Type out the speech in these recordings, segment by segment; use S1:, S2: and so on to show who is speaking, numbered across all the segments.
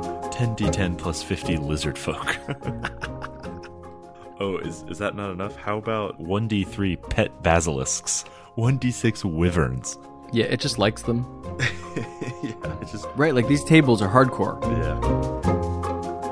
S1: 10d10 plus 50 lizard folk. oh, is, is that not enough? How about 1d3 pet basilisks? 1d6 wyverns?
S2: Yeah, it just likes them.
S1: yeah, it's just.
S2: Right, like these tables are hardcore.
S1: Yeah.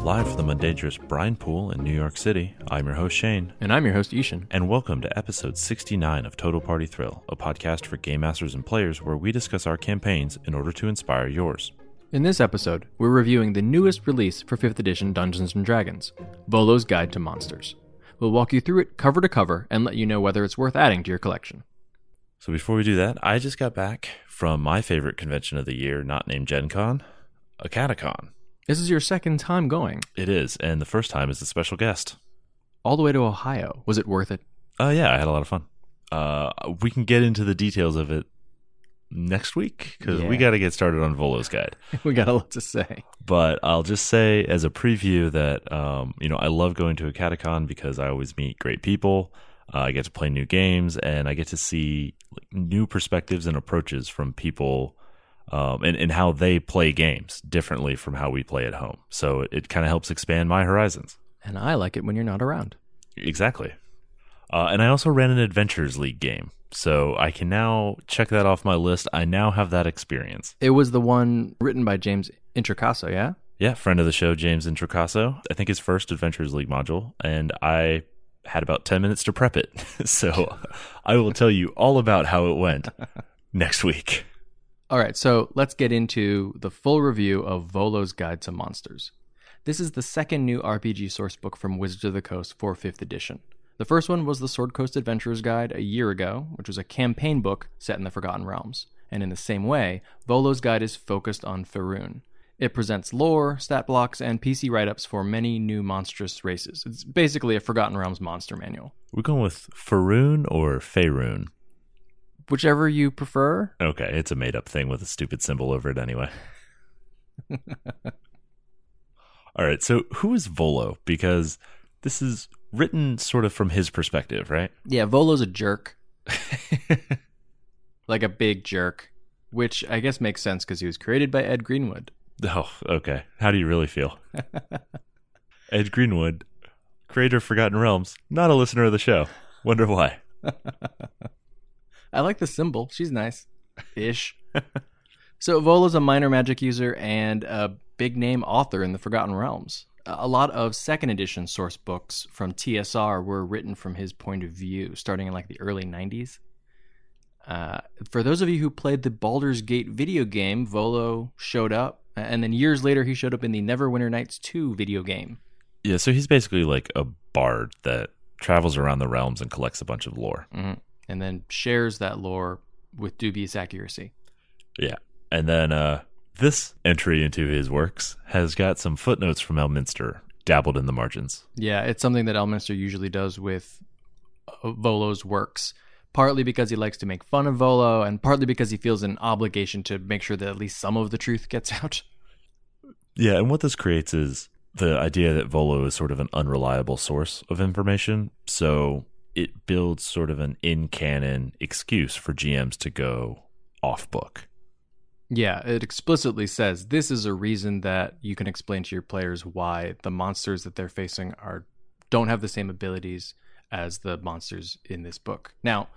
S1: Live from the Mundangerous Brine Pool in New York City, I'm your host, Shane.
S2: And I'm your host, Ishan.
S1: and welcome to episode 69 of Total Party Thrill, a podcast for game masters and players where we discuss our campaigns in order to inspire yours.
S2: In this episode, we're reviewing the newest release for 5th edition Dungeons & Dragons, Volo's Guide to Monsters. We'll walk you through it cover to cover and let you know whether it's worth adding to your collection.
S1: So before we do that, I just got back from my favorite convention of the year, not named Gen Con, a Catacon.
S2: This is your second time going,
S1: It is, and the first time is a special guest.
S2: all the way to Ohio. Was it worth it?
S1: Oh yeah, I had a lot of fun. Uh, we can get into the details of it next week because we
S2: Yeah.
S1: got to get started on Volo's guide.
S2: we got a lot to say.
S1: but I'll just say as a preview that um, you know I love going to a catacomb because I always meet great people. Uh, I get to play new games and I get to see like, new perspectives and approaches from people um, and, and how they play games differently from how we play at home. So it, it kind of helps expand my horizons.
S2: And I like it when you're not around.
S1: Exactly. Uh, and I also ran an Adventures League game. So I can now check that off my list. I now have that experience.
S2: It was the one written by James Intricasso, yeah?
S1: Yeah, friend of the show, James Intricasso. I think his first Adventures League module, and I had about 10 minutes to prep it. so I will tell you all about how it went next week.
S2: All right, so let's get into the full review of Volo's Guide to Monsters. This is the second new RPG sourcebook from Wizards of the Coast for 5th edition. The first one was the Sword Coast Adventurer's Guide a year ago, which was a campaign book set in the Forgotten Realms. And in the same way, Volo's Guide is focused on Faerun. It presents lore, stat blocks, and PC write ups for many new monstrous races. It's basically a Forgotten Realms monster manual.
S1: We're going with Faroon or Faerun.
S2: Whichever you prefer,
S1: Okay, it's a made up thing with a stupid symbol over it anyway. all right, so who is Volo? Because this is written sort of from his perspective, right?
S2: Yeah, Volo's a jerk. like a big jerk, which I guess makes sense because he was created by Ed Greenwood.
S1: Oh, okay. How do you really feel? Ed Greenwood, creator of Forgotten Realms, not a listener of the show. Wonder why.
S2: I like the symbol. She's nice. Ish. so Volo's a minor magic user and a big name author in the Forgotten Realms. A lot of second edition source books from TSR were written from his point of view, starting in like the early 90s. Uh, for those of you who played the Baldur's Gate video game, Volo showed up, and then years later he showed up in the Neverwinter Nights 2 video game.
S1: Yeah, so he's basically like a bard that travels around the realms and collects a bunch of lore.
S2: and then shares that lore with dubious accuracy.
S1: Yeah. And then uh this entry into his works has got some footnotes from Elminster dabbled in the margins.
S2: Yeah, it's something that Elminster usually does with uh, Volo's works, partly because he likes to make fun of Volo, and partly because he feels an obligation to make sure that at least some of the truth gets out.
S1: Yeah, and what this creates is the idea that Volo is sort of an unreliable source of information. So it builds sort of an in canon excuse for GMs to go off book.
S2: Yeah, it explicitly says this is a reason that you can explain to your players why the monsters that they're facing are don't have the same abilities as the monsters in this book. Now,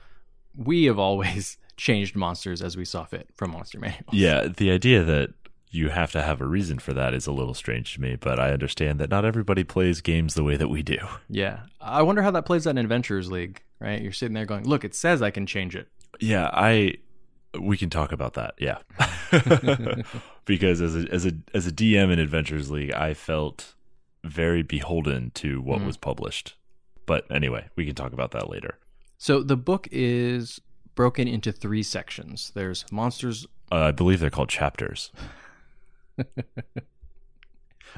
S2: we have always changed monsters as we saw fit from Monster Manual.
S1: Yeah, the idea that you have to have a reason for that is a little strange to me, but I understand that not everybody plays games the way that we do.
S2: Yeah. I wonder how that plays out in Adventurers League, right? You're sitting there going, look, it says I can change it.
S1: Yeah, I we can talk about that. Yeah. because as a as a as a DM in Adventures League, I felt very beholden to what
S2: Mm.
S1: was published. But anyway, we can talk about that later.
S2: So the book is broken into three sections there's monsters.
S1: Uh, I believe they're called chapters.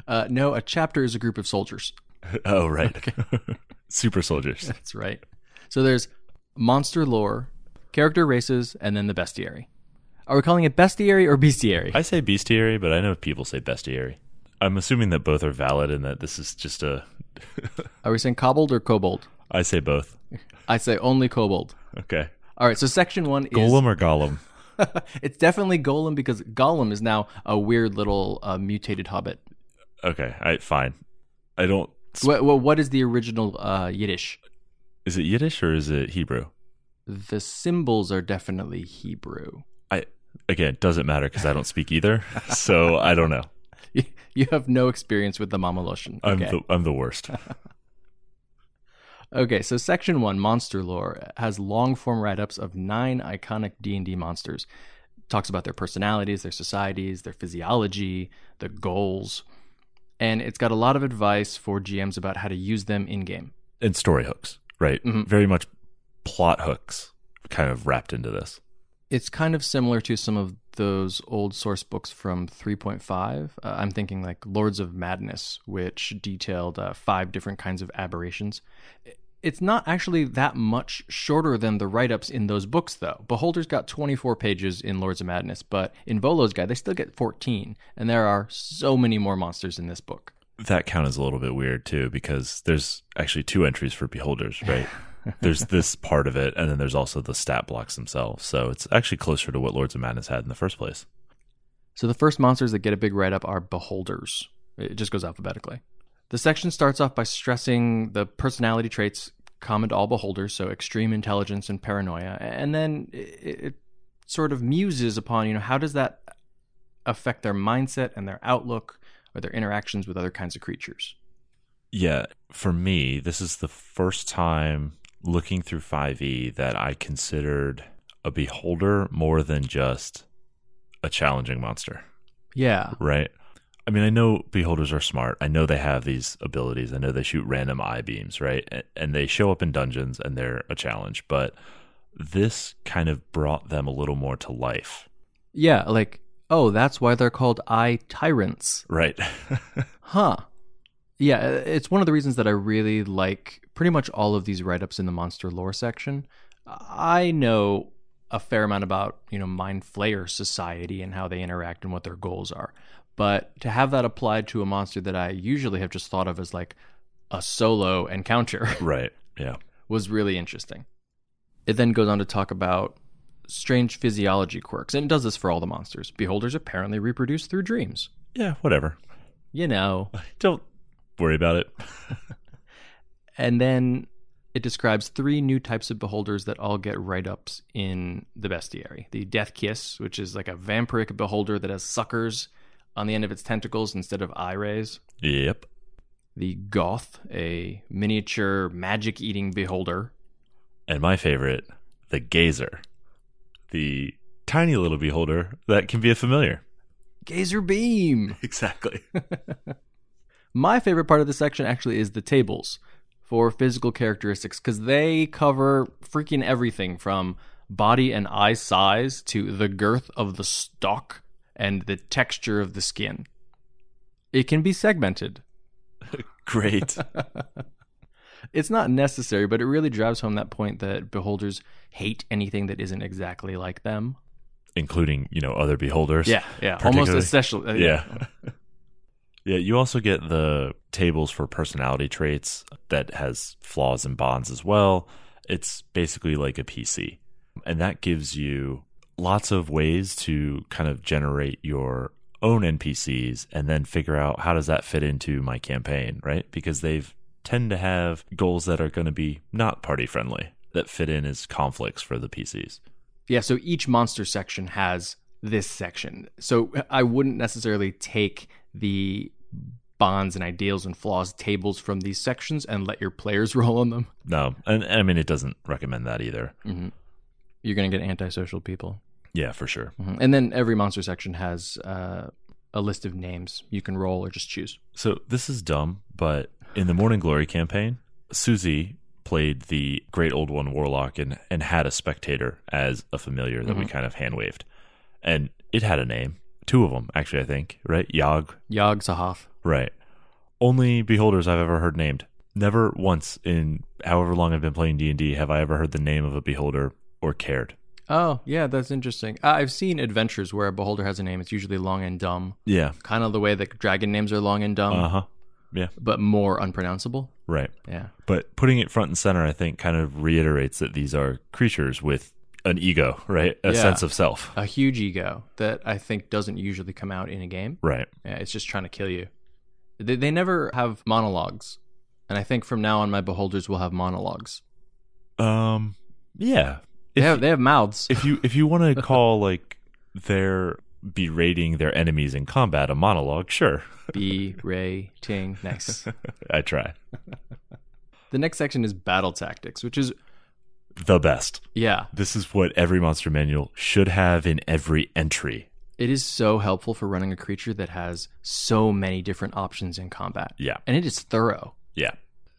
S2: Uh, no, a chapter is a group of soldiers.
S1: oh, right. Super soldiers.
S2: That's right. So there's monster lore, character races, and then the bestiary. Are we calling it bestiary or bestiary?
S1: I say bestiary, but I know people say bestiary. I'm assuming that both are valid and that this is just a.
S2: Are we saying kobold or kobold?
S1: I say both.
S2: I say only kobold.
S1: Okay.
S2: All right, so section one is
S1: Golem or Gollum?
S2: it's definitely Golem because Gollum is now a weird little uh, mutated hobbit.
S1: Okay. I fine. I don't.
S2: What, what, what is the original uh, Yiddish?
S1: Is it Yiddish or is it Hebrew?
S2: The symbols are definitely Hebrew.
S1: Again, it doesn't matter because I don't speak either. so I don't know.
S2: You have no experience with the Mamaloshan.
S1: I'm
S2: Okay.
S1: the I'm the worst.
S2: Okay, so section one, monster lore, has long form write ups of nine iconic D and D monsters. Talks about their personalities, their societies, their physiology, their goals, and it's got a lot of advice for GMs about how to use them in game.
S1: and story hooks, right?
S2: Mhm.
S1: Very much plot hooks kind of wrapped into this.
S2: It's kind of similar to some of those old source books from 3.5. Uh, I'm thinking like Lords of Madness, which detailed uh, five different kinds of aberrations. I- It's not actually that much shorter than the write ups in those books, though. Beholder's got 24 pages in Lords of Madness, but in Volo's Guide, they still get 14, and there are so many more monsters in this book.
S1: That count is a little bit weird too, because there's actually two entries for beholders, right? there's this part of it, and then there's also the stat blocks themselves. So it's actually closer to what Lords of Madness had in the first place.
S2: So the first monsters that get a big write up are beholders. It just goes alphabetically. The section starts off by stressing the personality traits common to all beholders, so extreme intelligence and paranoia, and then it, it sort of muses upon you know how does that affect their mindset and their outlook or their interactions with other kinds of creatures.
S1: Yeah, for me, this is the first time looking through 5e that I considered a beholder more than just a challenging monster.
S2: Yeah,
S1: right? I mean, I know beholders are smart. I know they have these abilities. I know they shoot random eye beams, right? A- And they show up in dungeons and they're a challenge, but this kind of brought them a little more to life,
S2: yeah, like oh, that's why they're called eye tyrants.
S1: right?
S2: Huh. Yeah, it's one of the reasons that I really like pretty much all of these write ups in the monster lore section. I know a fair amount about, you know, Mind Flayer society and how they interact and what their goals are. But to have that applied to a monster that I usually have just thought of as like a solo encounter
S1: right. Yeah.
S2: was really interesting. It then goes on to talk about strange physiology quirks, and it does this for all the monsters. Beholders apparently reproduce through dreams.
S1: Yeah, whatever.
S2: You know.
S1: Don't worry about it.
S2: And then it describes three new types of beholders that all get write ups in the bestiary. The Death Kiss, which is like a vampiric beholder that has suckers on the end of its tentacles instead of eye rays.
S1: Yep.
S2: The Goth, a miniature magic eating beholder.
S1: And my favorite, the gazer. The tiny little beholder that can be a familiar.
S2: Gazer Beam!
S1: Exactly.
S2: My favorite part of the section actually is the tables for physical characteristics because they cover freaking everything from body and eye size to the girth of the stalk and the texture of the skin. It can be segmented.
S1: Great.
S2: It's not necessary, but it really drives home that point that beholders hate anything that isn't exactly like them.
S1: Including, you know, other beholders.
S2: Yeah, yeah, almost
S1: Particularly-
S2: especially. uh,
S1: yeah. yeah, you also get the tables for personality traits that has flaws and bonds as well. It's basically like a PC. And that gives you lots of ways to kind of generate your own NPCs and then figure out how does that fit into my campaign, right? Because they've tend to have goals that are going to be not party friendly that fit in as conflicts for the PCs.
S2: Yeah, so each monster section has this section. So I wouldn't necessarily take the bonds and ideals and flaws tables from these sections and let your players roll on them.
S1: No, and and I mean it doesn't recommend that either.
S2: You're going to get antisocial people.
S1: Yeah, for sure.
S2: Mm-hmm. And then every monster section has uh, a list of names you can roll or just choose.
S1: So this is dumb, but in the Morning Glory campaign, Susie played the Great Old One Warlock and, and had a spectator as a familiar that we kind of hand waved. And it had a name, two of them, actually, I think, right? Yog,
S2: Yog Sahaf.
S1: right. Only beholders I've ever heard named. Never once in however long I've been playing D&D have I ever heard the name of a beholder or cared.
S2: Oh, yeah, that's interesting. Uh, I've seen adventures where a beholder has a name. It's usually long and dumb,
S1: Yeah.
S2: kind of the way that dragon names are long and dumb,
S1: Uh huh.
S2: but more unpronounceable.
S1: Right.
S2: Yeah.
S1: But putting it front and center, I think, kind of reiterates that these are creatures with an ego, right? A
S2: Yeah.
S1: sense of self.
S2: A huge ego that I think doesn't usually come out in a game.
S1: Right.
S2: Yeah, it's just trying to kill you. They, they never have monologues. And I think from now on, my beholders will have monologues.
S1: Um. Yeah.
S2: They
S1: If-
S2: have, they have mouths.
S1: if you if you want to call like their berating their enemies in combat a monologue, sure.
S2: B, Ray, Ting. Nice.
S1: I try.
S2: The next section is battle tactics, which is,
S1: The best.
S2: yeah,
S1: This is what every monster manual should have in every entry.
S2: it is so helpful for running a creature that has so many different options in combat.
S1: Yeah.
S2: And it is thorough.
S1: Yeah.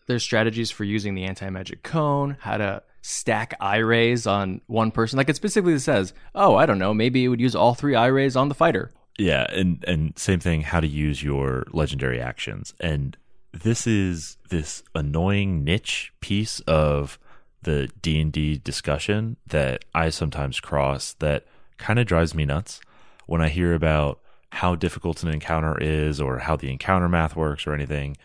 S2: There's strategies for using the anti magic cone, how to stack eye rays on one person. Like it specifically says, oh, I don't know, maybe it would use all three eye rays on the fighter.
S1: Yeah, and and same thing how to use your legendary actions. And this is this annoying niche piece of the D&D discussion that I sometimes cross that kind of drives me nuts when I hear about how difficult an encounter is or how the encounter math works or anything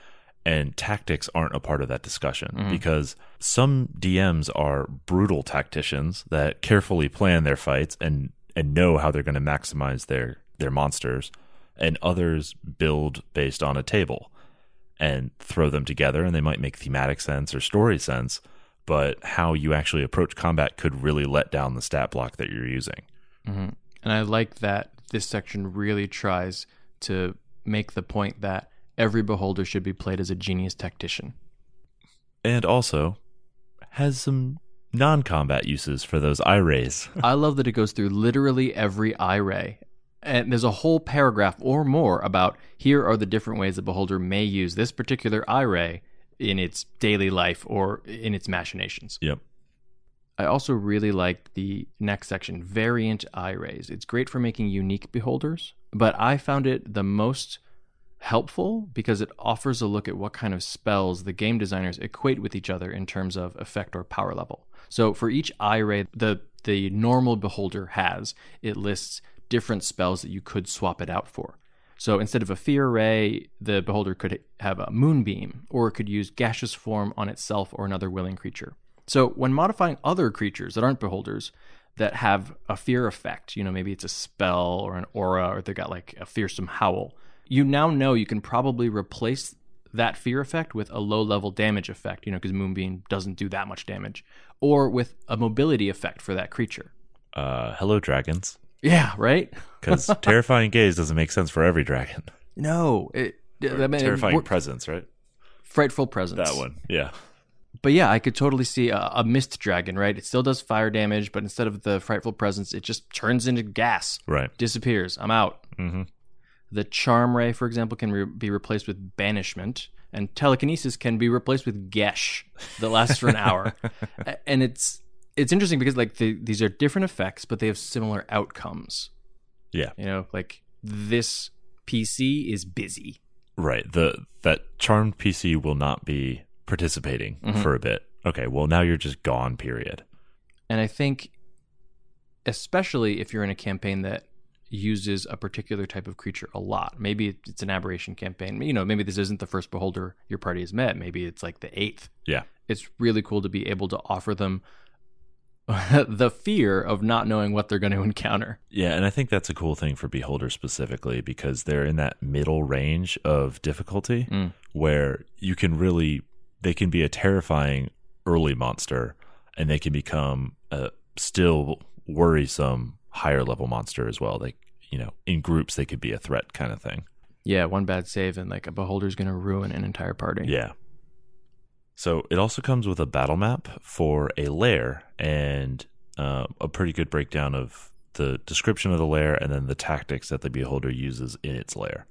S1: and tactics aren't a part of that discussion because some DMs are brutal tacticians that carefully plan their fights and and know how they're going to maximize their their monsters and others build based on a table and throw them together and they might make thematic sense or story sense but how you actually approach combat could really let down the stat block that you're using
S2: Mm-hmm. And I like that this section really tries to make the point that every beholder should be played as a genius tactician.
S1: and also has some non-combat uses for those eye rays
S2: I love that it goes through literally every eye ray. And there's a whole paragraph or more about here are the different ways the beholder may use this particular eye ray in its daily life or in its machinations.
S1: yep
S2: I also really liked the next section, variant eye rays. It's great for making unique beholders, but I found it the most helpful because it offers a look at what kind of spells the game designers equate with each other in terms of effect or power level. So for each eye ray the the normal beholder has, it lists different spells that you could swap it out for. So instead of a fear ray, the beholder could have a moonbeam, or it could use gaseous form on itself or another willing creature. So when modifying other creatures that aren't beholders that have a fear effect, you know, maybe it's a spell or an aura, or they've got like a fearsome howl, you now know you can probably replace that fear effect with a low level damage effect, you know, because Moonbeam doesn't do that much damage, or with a mobility effect for that creature.
S1: uh hello dragons
S2: Yeah, right?
S1: because terrifying gaze doesn't make sense for every dragon
S2: No. It, I mean,
S1: terrifying
S2: we're-
S1: presence right
S2: frightful presence.
S1: that one yeah
S2: But yeah, I could totally see a, a mist dragon, right? It still does fire damage, but instead of the frightful presence, it just turns into gas,
S1: right
S2: disappears. I'm out.
S1: mm-hmm.
S2: The charm ray, for example, can re- be replaced with banishment, and telekinesis can be replaced with gesh that lasts for an hour. A- And it's it's interesting because like the, these are different effects, but they have similar outcomes.
S1: Yeah.
S2: you know, like this PC is busy.
S1: right the that charmed pc will not be participating
S2: Mhm.
S1: for a bit okay well now you're just gone period
S2: And I think, especially if you're in a campaign that uses a particular type of creature a lot, maybe it's an aberration campaign. You know, maybe this isn't the first beholder your party has met. Maybe it's like the eighth.
S1: Yeah.
S2: It's really cool to be able to offer them the fear of not knowing what they're going to encounter.
S1: Yeah, and I think that's a cool thing for Beholder specifically because they're in that middle range of difficulty
S2: Mm.
S1: where you can really they can be a terrifying early monster and they can become a still worrisome higher level monster as well. They you know, in groups they could be a threat kind of thing.
S2: Yeah, one bad save and like a beholder's going to ruin an entire party.
S1: Yeah. So it also comes with a battle map for a lair and uh, a pretty good breakdown of the description of the lair and then the tactics that the beholder uses in its lair.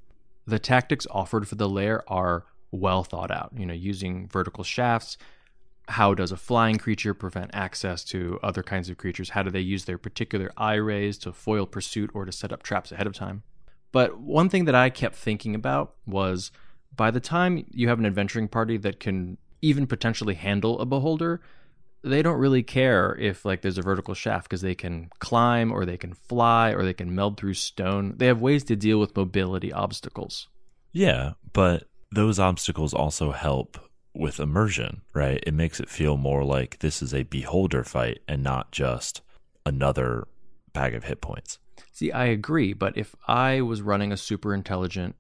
S2: the tactics offered for the lair are well thought out. You know, using vertical shafts. How does a flying creature prevent access to other kinds of creatures? How do they use their particular eye rays to foil pursuit or to set up traps ahead of time? But one thing that I kept thinking about was by the time you have an adventuring party that can even potentially handle a beholder, they don't really care if like there's a vertical shaft because they can climb or they can fly or they can meld through stone. They have ways to deal with mobility obstacles.
S1: Yeah, but those obstacles also help with immersion, right? It makes it feel more like this is a beholder fight and not just another bag of hit points.
S2: See, I agree, but if I was running a super intelligent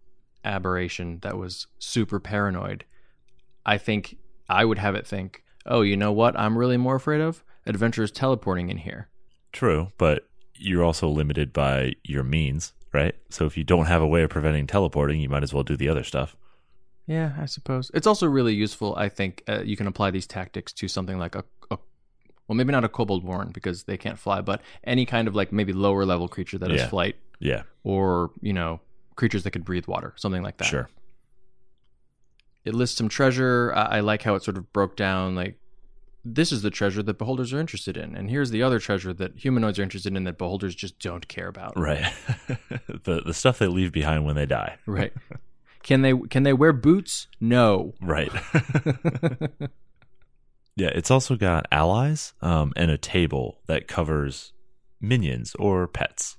S2: aberration that was super paranoid, I think I would have it think, oh, you know what I'm really more afraid of? Adventurers teleporting in here.
S1: True, but you're also limited by your means, right? So if you don't have a way of preventing teleporting, you might as well do the other stuff.
S2: Yeah, I suppose. It's also really useful, I think. Uh, you can apply these tactics to something like a, a well, maybe not a kobold warren because they can't fly, but any kind of like maybe lower level creature that has
S1: Yeah.
S2: flight
S1: Yeah,
S2: or, you know, creatures that could breathe water, something like that.
S1: sure.
S2: It lists some treasure. I, I like how it sort of broke down like this is the treasure that beholders are interested in, and here's the other treasure that humanoids are interested in that beholders just don't care about.
S1: Right. the the stuff they leave behind when they die.
S2: Right. Can they can they wear boots? No. Mm-hmm.
S1: Right. yeah, it's also got allies um, and a table that covers minions or pets,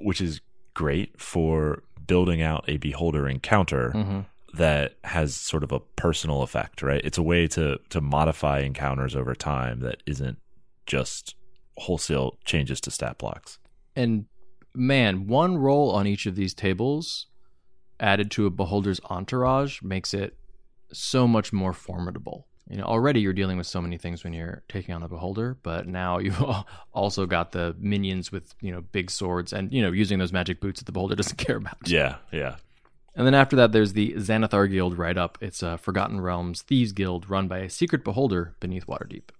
S1: which is great for building out a beholder encounter
S2: Mhm.
S1: that has sort of a personal effect, right? It's a way to to modify encounters over time that isn't just wholesale changes to stat blocks.
S2: And man, one roll on each of these tables added to a beholder's entourage makes it so much more formidable. You know, already you're dealing with so many things when you're taking on the beholder, but now you've al- also got the minions with, you know, big swords and, you know, using those magic boots that the beholder doesn't care about.
S1: Yeah, yeah.
S2: And then after that, there's the Xanathar Guild right up. It's a Forgotten Realms Thieves Guild run by a secret beholder beneath Waterdeep.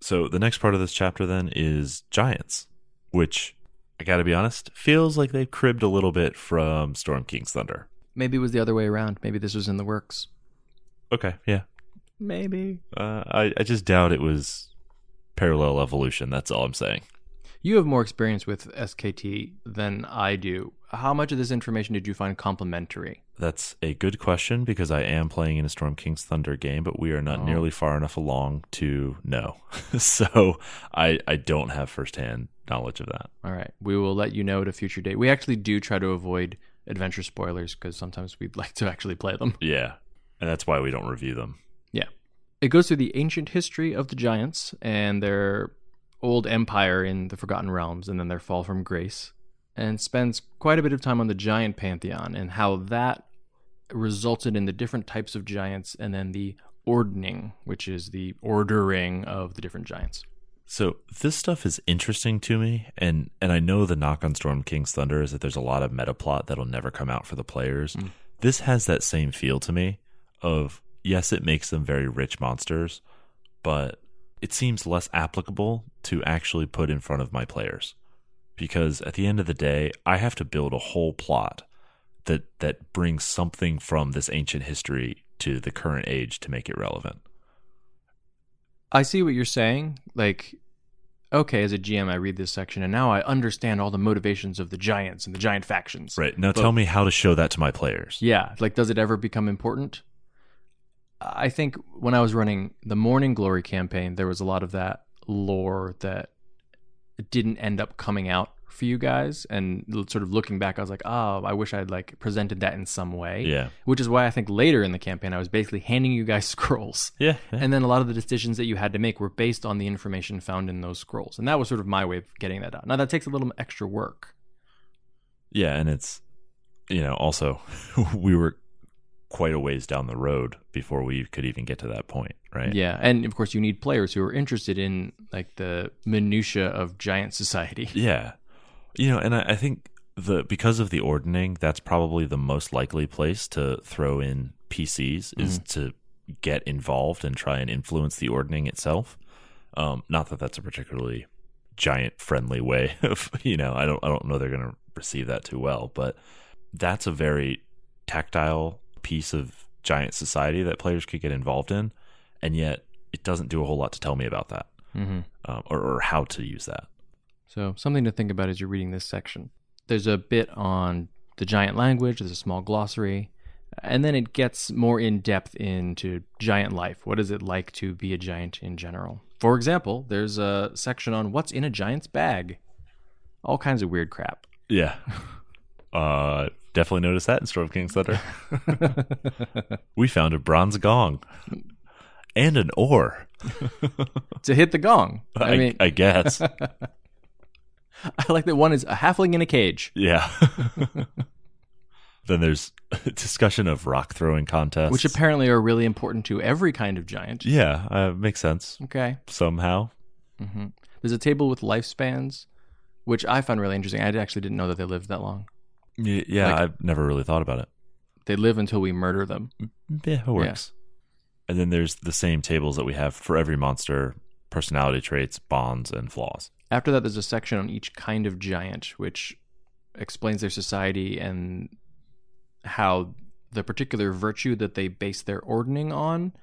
S1: So the next part of this chapter then is giants, which I got to be honest, feels like they cribbed a little bit from Storm King's Thunder.
S2: Maybe it was the other way around. Maybe this was in the works.
S1: Okay, yeah.
S2: Maybe.
S1: Uh, I I just doubt it was parallel evolution. That's all I'm saying.
S2: You have more experience with SKT than I do. How much of this information did you find complimentary?
S1: That's a good question because I am playing in a Storm King's Thunder game, but we are not
S2: Oh.
S1: nearly far enough along to know. so I I don't have firsthand knowledge of that.
S2: All right. We will let you know at a future date. We actually do try to avoid adventure spoilers because sometimes we'd like to actually play them.
S1: Yeah, and that's why we don't review them.
S2: It goes through the ancient history of the giants and their old empire in the Forgotten Realms and then their fall from grace, and spends quite a bit of time on the giant pantheon and how that resulted in the different types of giants and then the ordning, which is the ordering of the different giants.
S1: So this stuff is interesting to me, and and I know the knock on Storm King's Thunder is that there's a lot of meta plot that'll never come out for the players.
S2: Mm.
S1: This has that same feel to me. Of yes, it makes them very rich monsters, but it seems less applicable to actually put in front of my players because at the end of the day, I have to build a whole plot that that brings something from this ancient history to the current age to make it relevant.
S2: I see what you're saying. Like, okay, as a GM, I read this section and now I understand all the motivations of the giants and the giant factions.
S1: Right now,
S2: But-
S1: tell me how to show that to my players.
S2: Yeah, like does it ever become important? I think when I was running the Morning Glory campaign, there was a lot of that lore that didn't end up coming out for you guys and l- sort of looking back I was like, "Oh, I wish I'd like presented that in some way."
S1: Yeah.
S2: Which is why I think later in the campaign I was basically handing you guys scrolls.
S1: Yeah, yeah.
S2: And then a lot of the decisions that you had to make were based on the information found in those scrolls. And that was sort of my way of getting that out. Now that takes a little extra work.
S1: Yeah, and it's you know, also we were quite a ways down the road before we could even get to that point, right?
S2: Yeah, and of course you need players who are interested in like the minutia of giant society.
S1: Yeah. You know, and I, I think the because of the ordaining, that's probably the most likely place to throw in PCs is to get involved and try and influence the ordaining itself. Um, not that that's a particularly giant friendly way of you know, I don't I don't know they're gonna receive that too well, but that's a very tactile piece of giant society that players could get involved in, and yet it doesn't do a whole lot to tell me about that
S2: Mm-hmm.
S1: um, or, or how to use that.
S2: So something to think about as you're reading this section. There's a bit on the giant language. There's a small glossary, and then it gets more in depth into giant life. What is it like to be a giant in general? For example, there's a section on what's in a giant's bag. All kinds of weird crap.
S1: Yeah. Uh, definitely noticed that in Storm King's Thunder. we found a bronze gong and an oar.
S2: to hit the gong. I,
S1: I,
S2: mean,
S1: I guess.
S2: I like that one is a halfling in a cage.
S1: yeah. then there's discussion of rock throwing contests.
S2: which apparently are really important to every kind of giant.
S1: yeah, uh, makes sense
S2: Okay.
S1: somehow.
S2: hmm There's a table with lifespans, which I found really interesting. I actually didn't know that they lived that long.
S1: Y- yeah,
S2: Like-
S1: I've never really thought about it.
S2: They live until we murder them.
S1: Yeah, it works. And then there's the same tables that we have for every monster personality traits, bonds, and flaws.
S2: After that, there's a section on each kind of giant, which explains their society and how the particular virtue that they base their ordaining on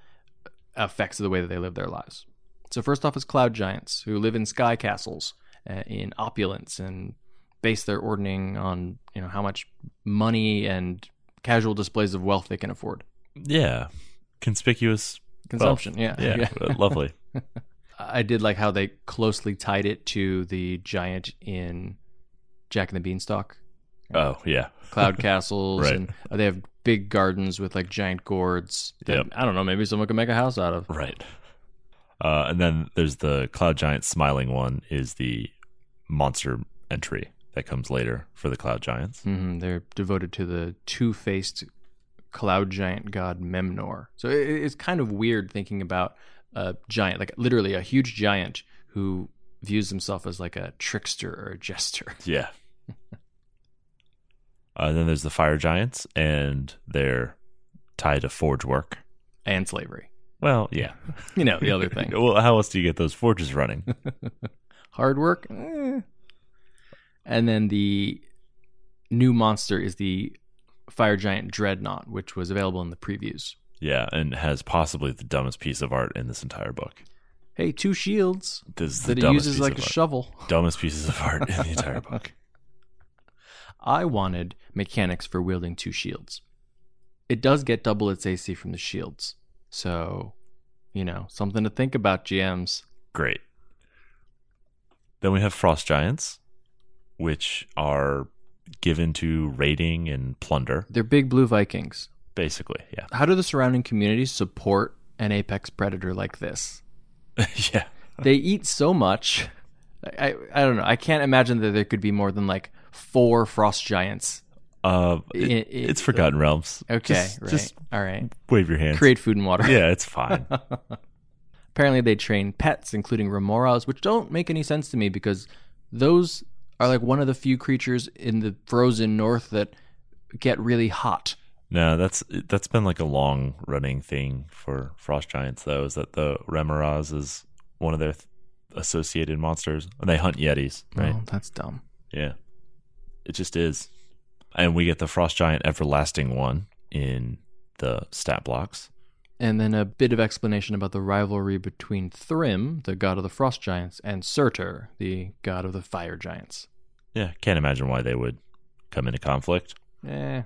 S2: affects the way that they live their lives. So, first off, is cloud giants who live in sky castles uh, in opulence and base their ordaining on you know how much money and casual displays of wealth they can afford.
S1: Yeah. Conspicuous.
S2: Consumption, yeah,
S1: Yeah. lovely.
S2: I did like how they closely tied it to the giant in Jack and the Beanstalk.
S1: Oh, yeah.
S2: cloud castles
S1: Right.
S2: and they have big gardens with like giant gourds that,
S1: Yep.
S2: i don't know maybe someone could make a house out of
S1: Right. Uh, and then there's the cloud giant smiling one is the monster entry that comes later for the cloud giants.
S2: hmm they're devoted to the two-faced cloud giant god memnor so it, it's kind of weird thinking about a giant like literally a huge giant who views himself as like a trickster or a jester
S1: Yeah. uh, then there's the fire giants, and they're tied to forge work.
S2: and slavery
S1: Well, yeah.
S2: you know the other thing
S1: well, how else do you get those forges running?
S2: hard work eh. and then the new monster is the fire giant dreadnought which was available in the previews
S1: yeah, and has possibly the dumbest piece of art in this entire book.
S2: hey two shields
S1: This is
S2: that
S1: the
S2: it
S1: dumbest
S2: uses
S1: piece
S2: like
S1: of
S2: a
S1: art.
S2: shovel
S1: dumbest pieces of art in the entire book.
S2: i wanted mechanics for wielding two shields it does get double its ac from the shields so you know something to think about gms
S1: Great. Then we have frost giants, which are given to raiding and plunder,
S2: they're big blue vikings
S1: basically. Yeah,
S2: how do the surrounding communities support an apex predator like this
S1: yeah.
S2: they eat so much. I, I I don't know. I can't imagine that there could be more than like four frost giants.
S1: Uh, it-
S2: It- it-
S1: it's Forgotten Realms.
S2: Okay,
S1: Just-
S2: right.
S1: just
S2: All right.
S1: wave your hands.
S2: Create food and water.
S1: Yeah, it's fine.
S2: Apparently, they train pets, including remoras, which don't make any sense to me because those are like one of the few creatures in the frozen north that get really hot.
S1: no, that's that's been like a long running thing for frost giants though, is that the Remoraz is one of their th- associated monsters, and they hunt yetis, right?
S2: Oh, that's dumb.
S1: Yeah, it just is. And we get the frost giant everlasting one in the stat blocks.
S2: And then a bit of explanation about the rivalry between Thrym, the god of the frost giants, and Surtur, the god of the fire giants.
S1: Yeah, can't imagine why they would come into conflict.
S2: Eh.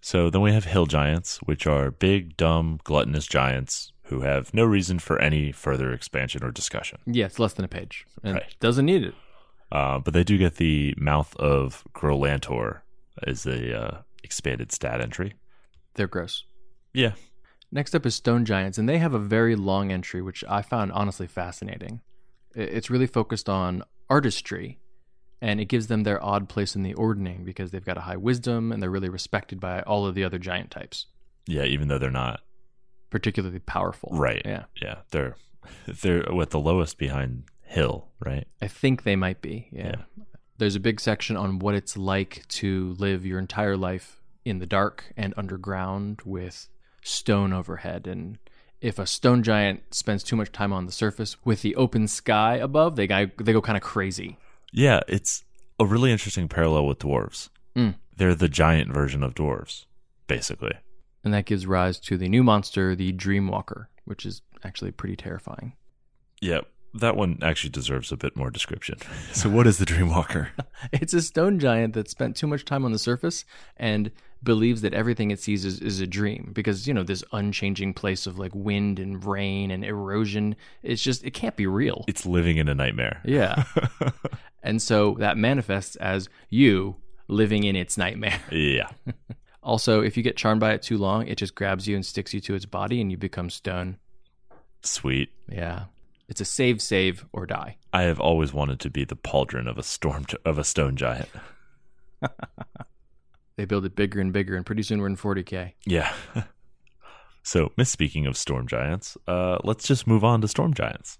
S1: So then we have hill giants, which are big, dumb, gluttonous giants who have no reason for any further expansion or discussion.
S2: Yeah, it's less than a page. And
S1: Right.
S2: doesn't need it.
S1: Uh, but they do get the mouth of Grolantor as a uh, expanded stat entry.
S2: They're gross.
S1: Yeah.
S2: Next up is Stone Giants, and they have a very long entry, which I found honestly fascinating. I- It's really focused on artistry, and it gives them their odd place in the ordaining because they've got a high wisdom and they're really respected by all of the other giant types,
S1: Yeah, even though they're not
S2: particularly powerful.
S1: right.
S2: Yeah.
S1: Yeah, they're they're what the lowest behind Hill, right?
S2: I think they might be. Yeah. There's a big section on what it's like to live your entire life in the dark and underground with stone overhead. And if a stone giant spends too much time on the surface with the open sky above, they go, they go kind of crazy.
S1: Yeah, it's a really interesting parallel with dwarves.
S2: Mm.
S1: They're the giant version of dwarves, basically.
S2: And that gives rise to the new monster, the Dreamwalker, which is actually pretty terrifying.
S1: Yeah, that one actually deserves a bit more description. so, what is the Dreamwalker?
S2: It's a stone giant that spent too much time on the surface and believes that everything it sees is, is a dream because you know this unchanging place of like wind and rain and erosion it's just it can't be real
S1: It's living in a nightmare.
S2: yeah and so that manifests as you living in its nightmare
S1: yeah.
S2: also if you get charmed by it too long it just grabs you and sticks you to its body and you become stone
S1: Sweet.
S2: yeah it's a save save or die
S1: I have always wanted to be the pauldron of a storm of a stone giant.
S2: they build it bigger and bigger and pretty soon we're in 40k
S1: Yeah. So, miss speaking of storm giants, uh, let's just move on to storm giants.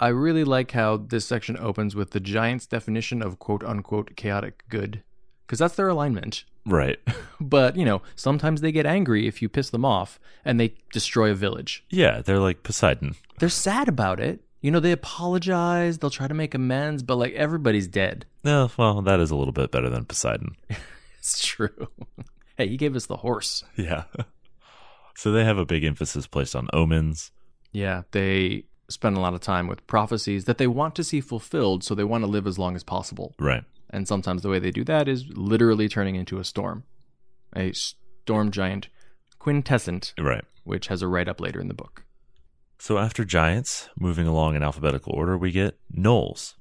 S2: I really like how this section opens with the Giants' definition of quote unquote chaotic good, because that's their alignment.
S1: Right.
S2: But, you know, sometimes they get angry if you piss them off and they destroy a village.
S1: Yeah, they're like Poseidon.
S2: They're sad about it. You know, they apologize, they'll try to make amends, but like everybody's dead.
S1: No, well, that is a little bit better than Poseidon.
S2: It's true. hey, he gave us the horse.
S1: Yeah. So they have a big emphasis placed on omens.
S2: Yeah, they spend a lot of time with prophecies that they want to see fulfilled, so they want to live as long as possible.
S1: Right.
S2: And sometimes the way they do that is literally turning into a storm, a storm giant quintessent,
S1: Right.
S2: which has a write up later in the book.
S1: So after giants, moving along in alphabetical order, we get gnolls.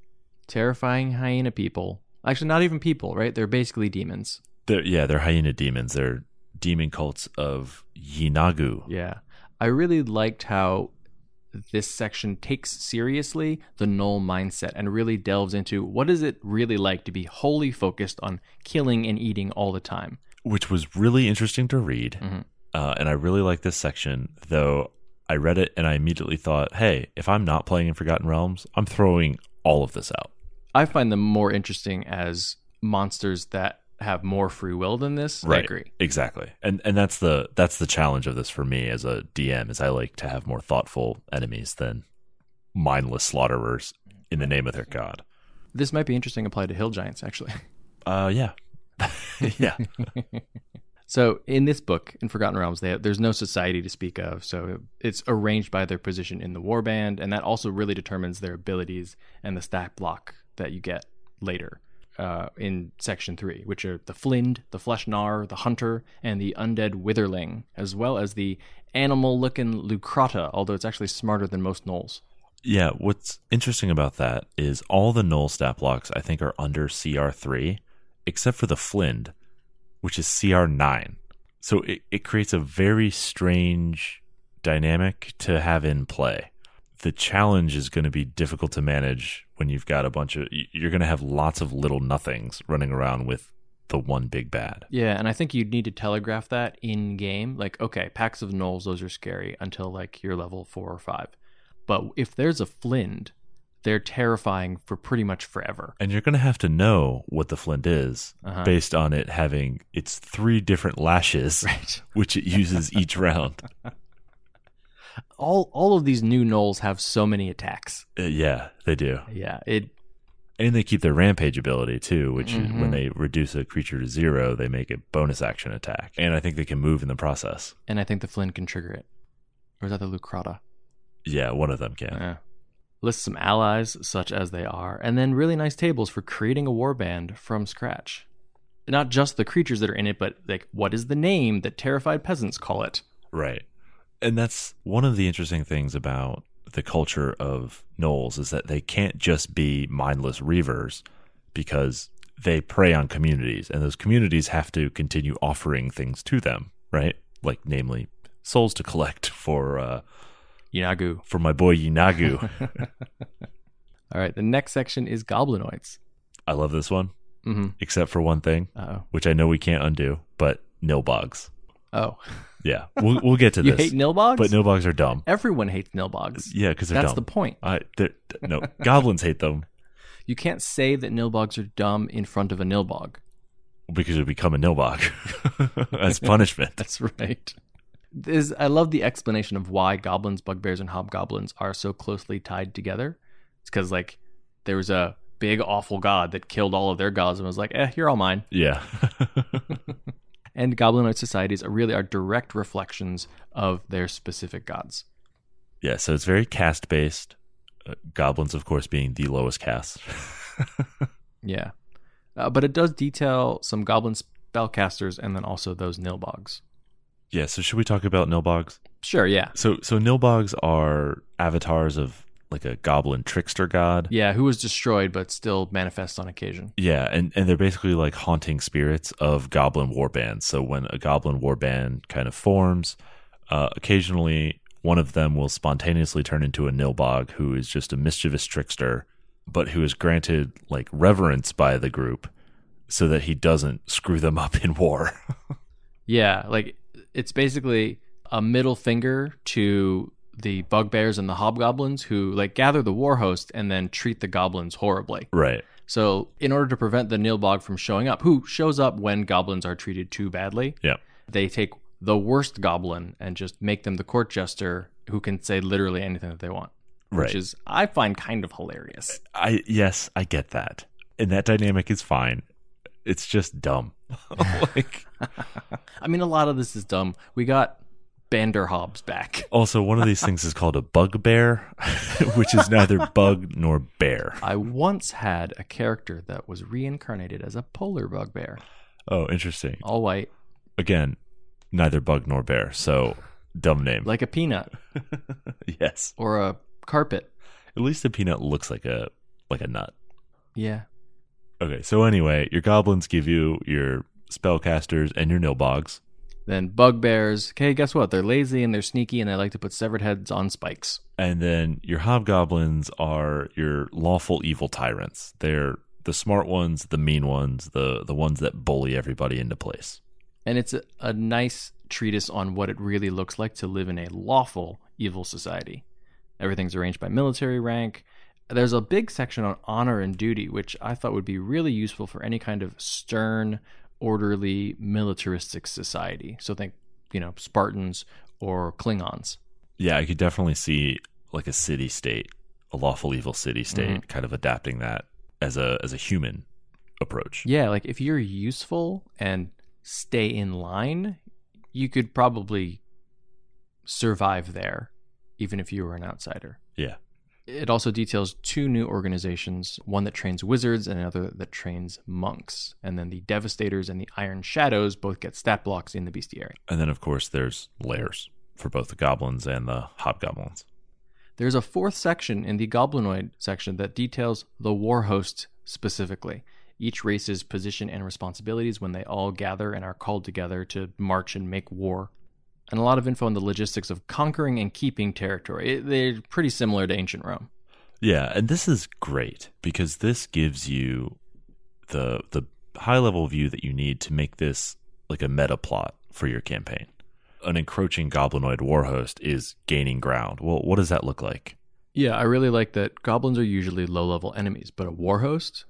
S2: Terrifying hyena people. Actually, not even people, right? They're basically demons.
S1: They're, yeah, they're hyena demons. They're demon cults of Yinagu.
S2: Yeah. I really liked how this section takes seriously the null mindset and really delves into what is it really like to be wholly focused on killing and eating all the time.
S1: which was really interesting to read.
S2: Mhm.
S1: Uh, and I really like this section, though I read it and I immediately thought, hey, if I'm not playing in Forgotten Realms, I'm throwing all of this out.
S2: I find them more interesting as monsters that have more free will than this. I agree.
S1: Exactly. And and that's the that's the challenge of this for me as a DM is I like to have more thoughtful enemies than mindless slaughterers in the name of their god.
S2: This might be interesting applied to hill giants, actually.
S1: Uh yeah. yeah.
S2: So, in this book, in Forgotten Realms, they there's no society to speak of. So, it's arranged by their position in the warband, and that also really determines their abilities and the stat block that you get later uh, in Section 3, which are the Flind, the Fleshnar, the Hunter, and the Undead Witherling, as well as the animal looking Lucrata, although it's actually smarter than most gnolls.
S1: Yeah, what's interesting about that is all the null stat blocks I think are under CR3, except for the Flind, which is CR9. So it, it creates a very strange dynamic to have in play. The challenge is going to be difficult to manage when you've got a bunch of, y- you're going to have lots of little nothings running around with the one big bad.
S2: Yeah, and I think you'd need to telegraph that in game. Like, okay, packs of gnolls, those are scary until like you're level four or five. But if there's a flind, they're terrifying for pretty much forever.
S1: And you're going to have to know what the Flind is
S2: Uh-huh.
S1: based on it having its three different lashes,
S2: Right.
S1: which it uses each round.
S2: All all of these new gnolls have so many attacks.
S1: Uh, yeah, they do.
S2: Yeah. It
S1: And they keep their rampage ability too, which is when
S2: Mhm.
S1: they reduce a creature to zero, they make a bonus action attack. And I think they can move in the process.
S2: and I think the flind can trigger it. Or is that the Lucrata?
S1: Yeah, one of them can.
S2: Yeah. List some allies, such as they are, and then really nice tables for creating a warband from scratch. Not just the creatures that are in it, but like what is the name that terrified peasants call it?
S1: Right. And that's one of the interesting things about the culture of gnolls is that they can't just be mindless reavers because they prey on communities and those communities have to continue offering things to them, right? Like namely souls to collect for uh
S2: Yinagu.
S1: for my boy Yinagu.
S2: All right, the next section is goblinoids.
S1: I love this one.
S2: Mm-hmm.
S1: except for one thing,
S2: Uh-oh.
S1: which I know we can't undo, but nilbogs.
S2: Oh,
S1: Yeah, we'll we'll get to
S2: you
S1: this.
S2: hate nilbogs?
S1: but nilbogs are dumb.
S2: Everyone hates nilbogs.
S1: Yeah, because they're
S2: That's the
S1: dumb.
S2: point.
S1: I they're, no goblins hate them
S2: You can't say that nilbogs are dumb in front of a nilbog.
S1: because you become a nilbog as punishment.
S2: That's right. This, I love the explanation of why goblins, bugbears, and hobgoblins are so closely tied together. It's because like there was a big awful god that killed all of their gods and was like, "Eh, you're all mine."
S1: Yeah,
S2: And goblinoid societies are really are direct reflections of their specific gods.
S1: yeah. So it's very caste based. Uh, goblins, of course, being the lowest caste.
S2: Yeah. Uh, but it does detail some goblin spellcasters, and then also those nilbogs.
S1: Yeah. So should we talk about Nilbogs?
S2: Sure, yeah.
S1: So so Nilbogs are avatars of like a goblin trickster god.
S2: Yeah, who was destroyed but still manifests on occasion.
S1: Yeah, and, and they're basically like haunting spirits of goblin war bands. So when a goblin war band kind of forms, uh, occasionally one of them will spontaneously turn into a nilbog who is just a mischievous trickster, but who is granted like reverence by the group so that he doesn't screw them up in war.
S2: Yeah, like it's basically a middle finger to the bugbears and the hobgoblins who like gather the war host and then treat the goblins horribly.
S1: right.
S2: So, in order to prevent the Nilbog from showing up, who shows up when goblins are treated too badly,
S1: Yeah.
S2: they take the worst goblin and just make them the court jester who can say literally anything that they want,
S1: Right.
S2: which is I find kind of hilarious.
S1: I yes, I get that. And that dynamic is fine. It's just dumb. like
S2: I mean, a lot of this is dumb. We got Banderhobs back.
S1: also one of these things is called a bugbear, which is neither bug nor bear.
S2: I once had a character that was reincarnated as a polar bugbear,
S1: Oh, interesting.
S2: all white,
S1: Again, neither bug nor bear. So dumb name.
S2: like a peanut
S1: yes.
S2: or a carpet.
S1: At least the peanut looks like a like a nut.
S2: Yeah.
S1: Okay, so anyway, your goblins give you your spellcasters and your nilbogs.
S2: Then bugbears. Okay, guess what? They're lazy and they're sneaky and they like to put severed heads on spikes.
S1: and then your hobgoblins are your lawful evil tyrants. They're the smart ones, the mean ones, the the ones that bully everybody into place.
S2: And it's a, a nice treatise on what it really looks like to live in a lawful evil society. Everything's arranged by military rank. There's a big section on honor and duty, which I thought would be really useful for any kind of stern, orderly, militaristic society. So think, you know, Spartans or Klingons.
S1: Yeah, I could definitely see like a city state, a lawful evil city state, kind of adapting that as a as a human approach.
S2: Yeah, like if you're useful and stay in line, you could probably survive there, even if you were an outsider.
S1: Yeah.
S2: It also details two new organizations one that trains wizards and another that trains monks. And then the Devastators and the Iron Shadows both get stat blocks in the bestiary.
S1: And then of course there's layers for both the goblins and the hobgoblins.
S2: There's a fourth section in the Goblinoid section that details the war hosts specifically, each race's position and responsibilities when they all gather and are called together to march and make war. And a lot of info on the logistics of conquering and keeping territory. It- they're pretty similar to ancient Rome.
S1: Yeah, and this is great because this gives you the the high level view that you need to make this like a meta plot for your campaign. An encroaching goblinoid warhost is gaining ground. Well, what does that look like?
S2: Yeah, I really like that goblins are usually low level enemies, but a war host?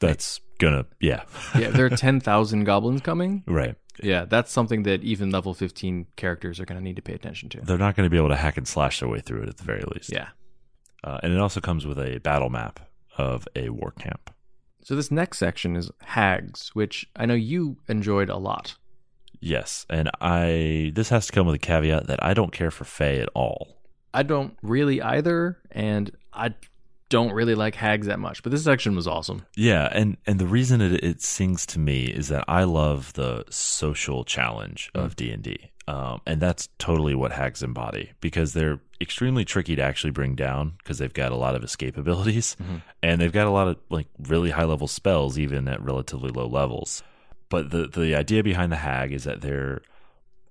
S1: That's gonna yeah.
S2: Yeah, there are 10,000 goblins coming.
S1: right.
S2: Yeah, that's something that even level 15 characters are going to need to pay attention to.
S1: They're not going to be able to hack and slash their way through it at the very least.
S2: Yeah.
S1: Uh, and it also comes with a battle map of a war camp.
S2: So this next section is hags, which I know you enjoyed a lot.
S1: Yes, and I this has to come with a caveat that I don't care for Fae at all.
S2: I don't really either, and I don't really like hags that much. But this section was awesome.
S1: Yeah, and and the reason it it sings to me is that I love the social challenge of D and D, Um, and that's totally what hags embody because they're extremely tricky to actually bring down because they've got a lot of escape abilities and they've got a lot of like really high level spells even at relatively low levels. But the the idea behind the hag is that they're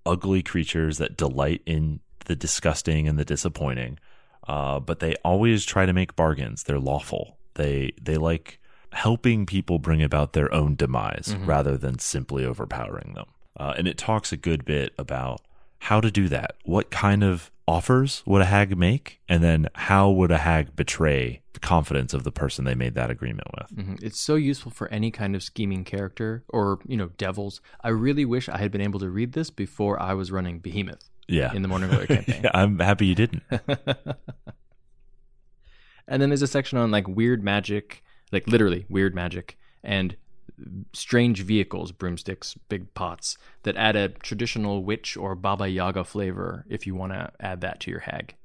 S1: ugly creatures that delight in the disgusting and the disappointing. Uh, but they always try to make bargains. They're lawful. They they like helping people bring about their own demise
S2: Mm-hmm.
S1: rather than simply overpowering them. Uh, and it talks a good bit about how to do that. What kind of offers would a hag make, and then how would a hag betray the confidence of the person they made that agreement with?
S2: Mhm. It's so useful for any kind of scheming character or you know devils. I really wish I had been able to read this before I was running Behemoth
S1: Yeah,
S2: in the Morning Glory campaign.
S1: yeah I'm happy you didn't.
S2: And then there's a section on like weird magic, like literally weird magic, and strange vehicles, broomsticks, big pots that add a traditional witch or Baba Yaga flavor if you want to add that to your hag.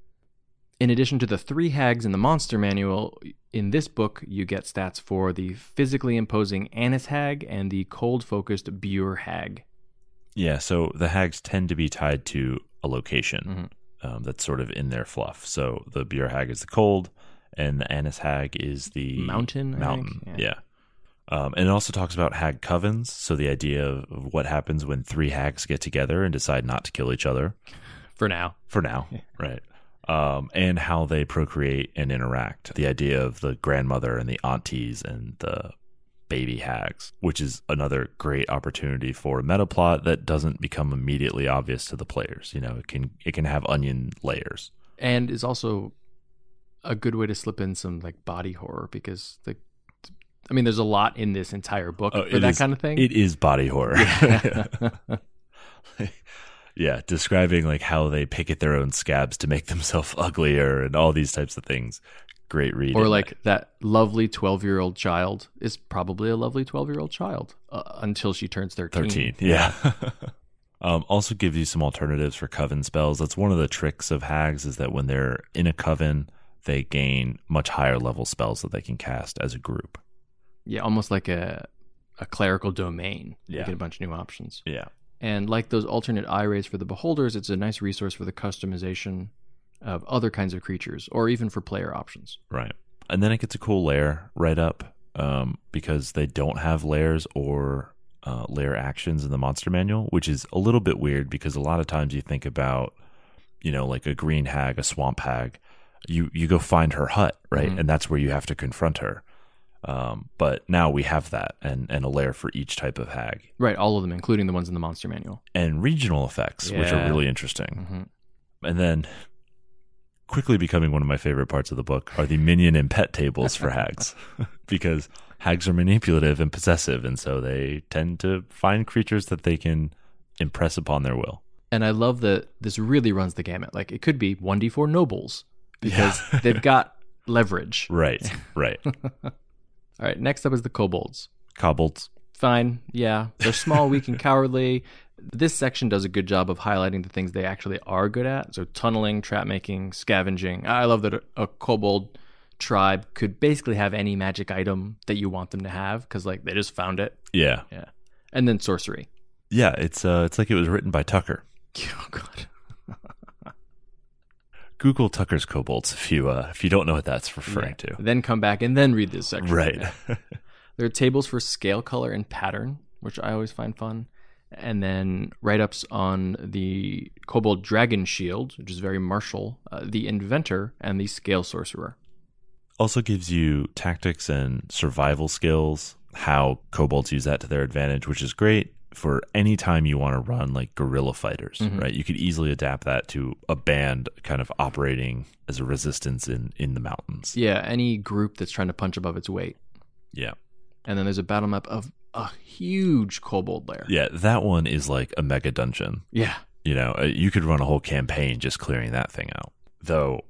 S2: In addition to the three hags in the monster manual, in this book you get stats for the physically imposing Anis hag and the cold focused Bure hag.
S1: Yeah, so the hags tend to be tied to a location
S2: Mhm.
S1: um, that's sort of in their fluff. So the beer hag is the cold, and the anise hag is the
S2: Mountain, I think.
S1: Mountain,
S2: Yeah.
S1: yeah. Um, and it also talks about hag covens. So the idea of of what happens when three hags get together and decide not to kill each other
S2: For now.
S1: for now, right? Um, and how they procreate and interact. The idea of the grandmother and the aunties and the baby hags, which is another great opportunity for a meta plot that doesn't become immediately obvious to the players. You know, it can it can have onion layers.
S2: And is also a good way to slip in some like body horror because the I mean there's a lot in this entire book
S1: Oh,
S2: for
S1: it
S2: that
S1: is-
S2: kind of thing.
S1: It is body horror. Yeah. describing like how they pick at their own scabs to make themselves uglier and all these types of things. Great reading.
S2: or like that lovely 12 year old child is probably a lovely 12 year old child uh, until she turns 13
S1: 13 yeah um, also gives you some alternatives for coven spells that's one of the tricks of hags is that when they're in a coven they gain much higher level spells that they can cast as a group
S2: yeah almost like a a clerical domain you
S1: Yeah.
S2: get a bunch of new options
S1: yeah
S2: and like those alternate eye rays for the beholders it's a nice resource for the customization of other kinds of creatures or even for player options
S1: right and then it gets a cool layer right up um, because they don't have layers or uh, layer actions in the monster manual which is a little bit weird because a lot of times you think about you know like a green hag a swamp hag you you go find her hut right
S2: Mhm.
S1: and that's where you have to confront her um, but now we have that and and a layer for each type of hag
S2: right all of them including the ones in the monster manual
S1: and regional effects which are
S2: Yeah.
S1: really interesting
S2: Mhm.
S1: and then quickly becoming one of my favorite parts of the book are the minion and pet tables for hags because hags are manipulative and possessive and so they tend to find creatures that they can impress upon their will
S2: and i love that this really runs the gamut like it could be 1d4 nobles because
S1: Yeah.
S2: they've got leverage
S1: right right
S2: all right next up is the kobolds
S1: kobolds
S2: fine. Yeah. They're small, weak, and cowardly. This section does a good job of highlighting the things they actually are good at. So, tunneling, trap making, scavenging. I love that a, a kobold tribe could basically have any magic item that you want them to have because, like, they just found it.
S1: yeah
S2: And then sorcery.
S1: yeah it's uh it's like it was written by tucker
S2: Oh, God.
S1: Google Tucker's Kobolds if you uh, if you don't know what that's referring
S2: Yeah. Then come back and then read this
S1: to.
S2: section.
S1: Right.
S2: Yeah. There are tables for scale, color, and pattern, which I always find fun. And then write ups on the Kobold Dragon Shield, which is very martial, uh, the Inventor, and the Scale Sorcerer.
S1: also gives you tactics and survival skills, how kobolds use that to their advantage, which is great for any time you want to run like guerrilla fighters,
S2: Mhm.
S1: right? You could easily adapt that to a band kind of operating as a resistance in in the mountains.
S2: Yeah, any group that's trying to punch above its weight.
S1: Yeah.
S2: And then there's a battle map of a huge Kobold lair.
S1: Yeah, that one is like a mega dungeon.
S2: Yeah.
S1: You know, Uh, you could run a whole campaign just clearing that thing out. Though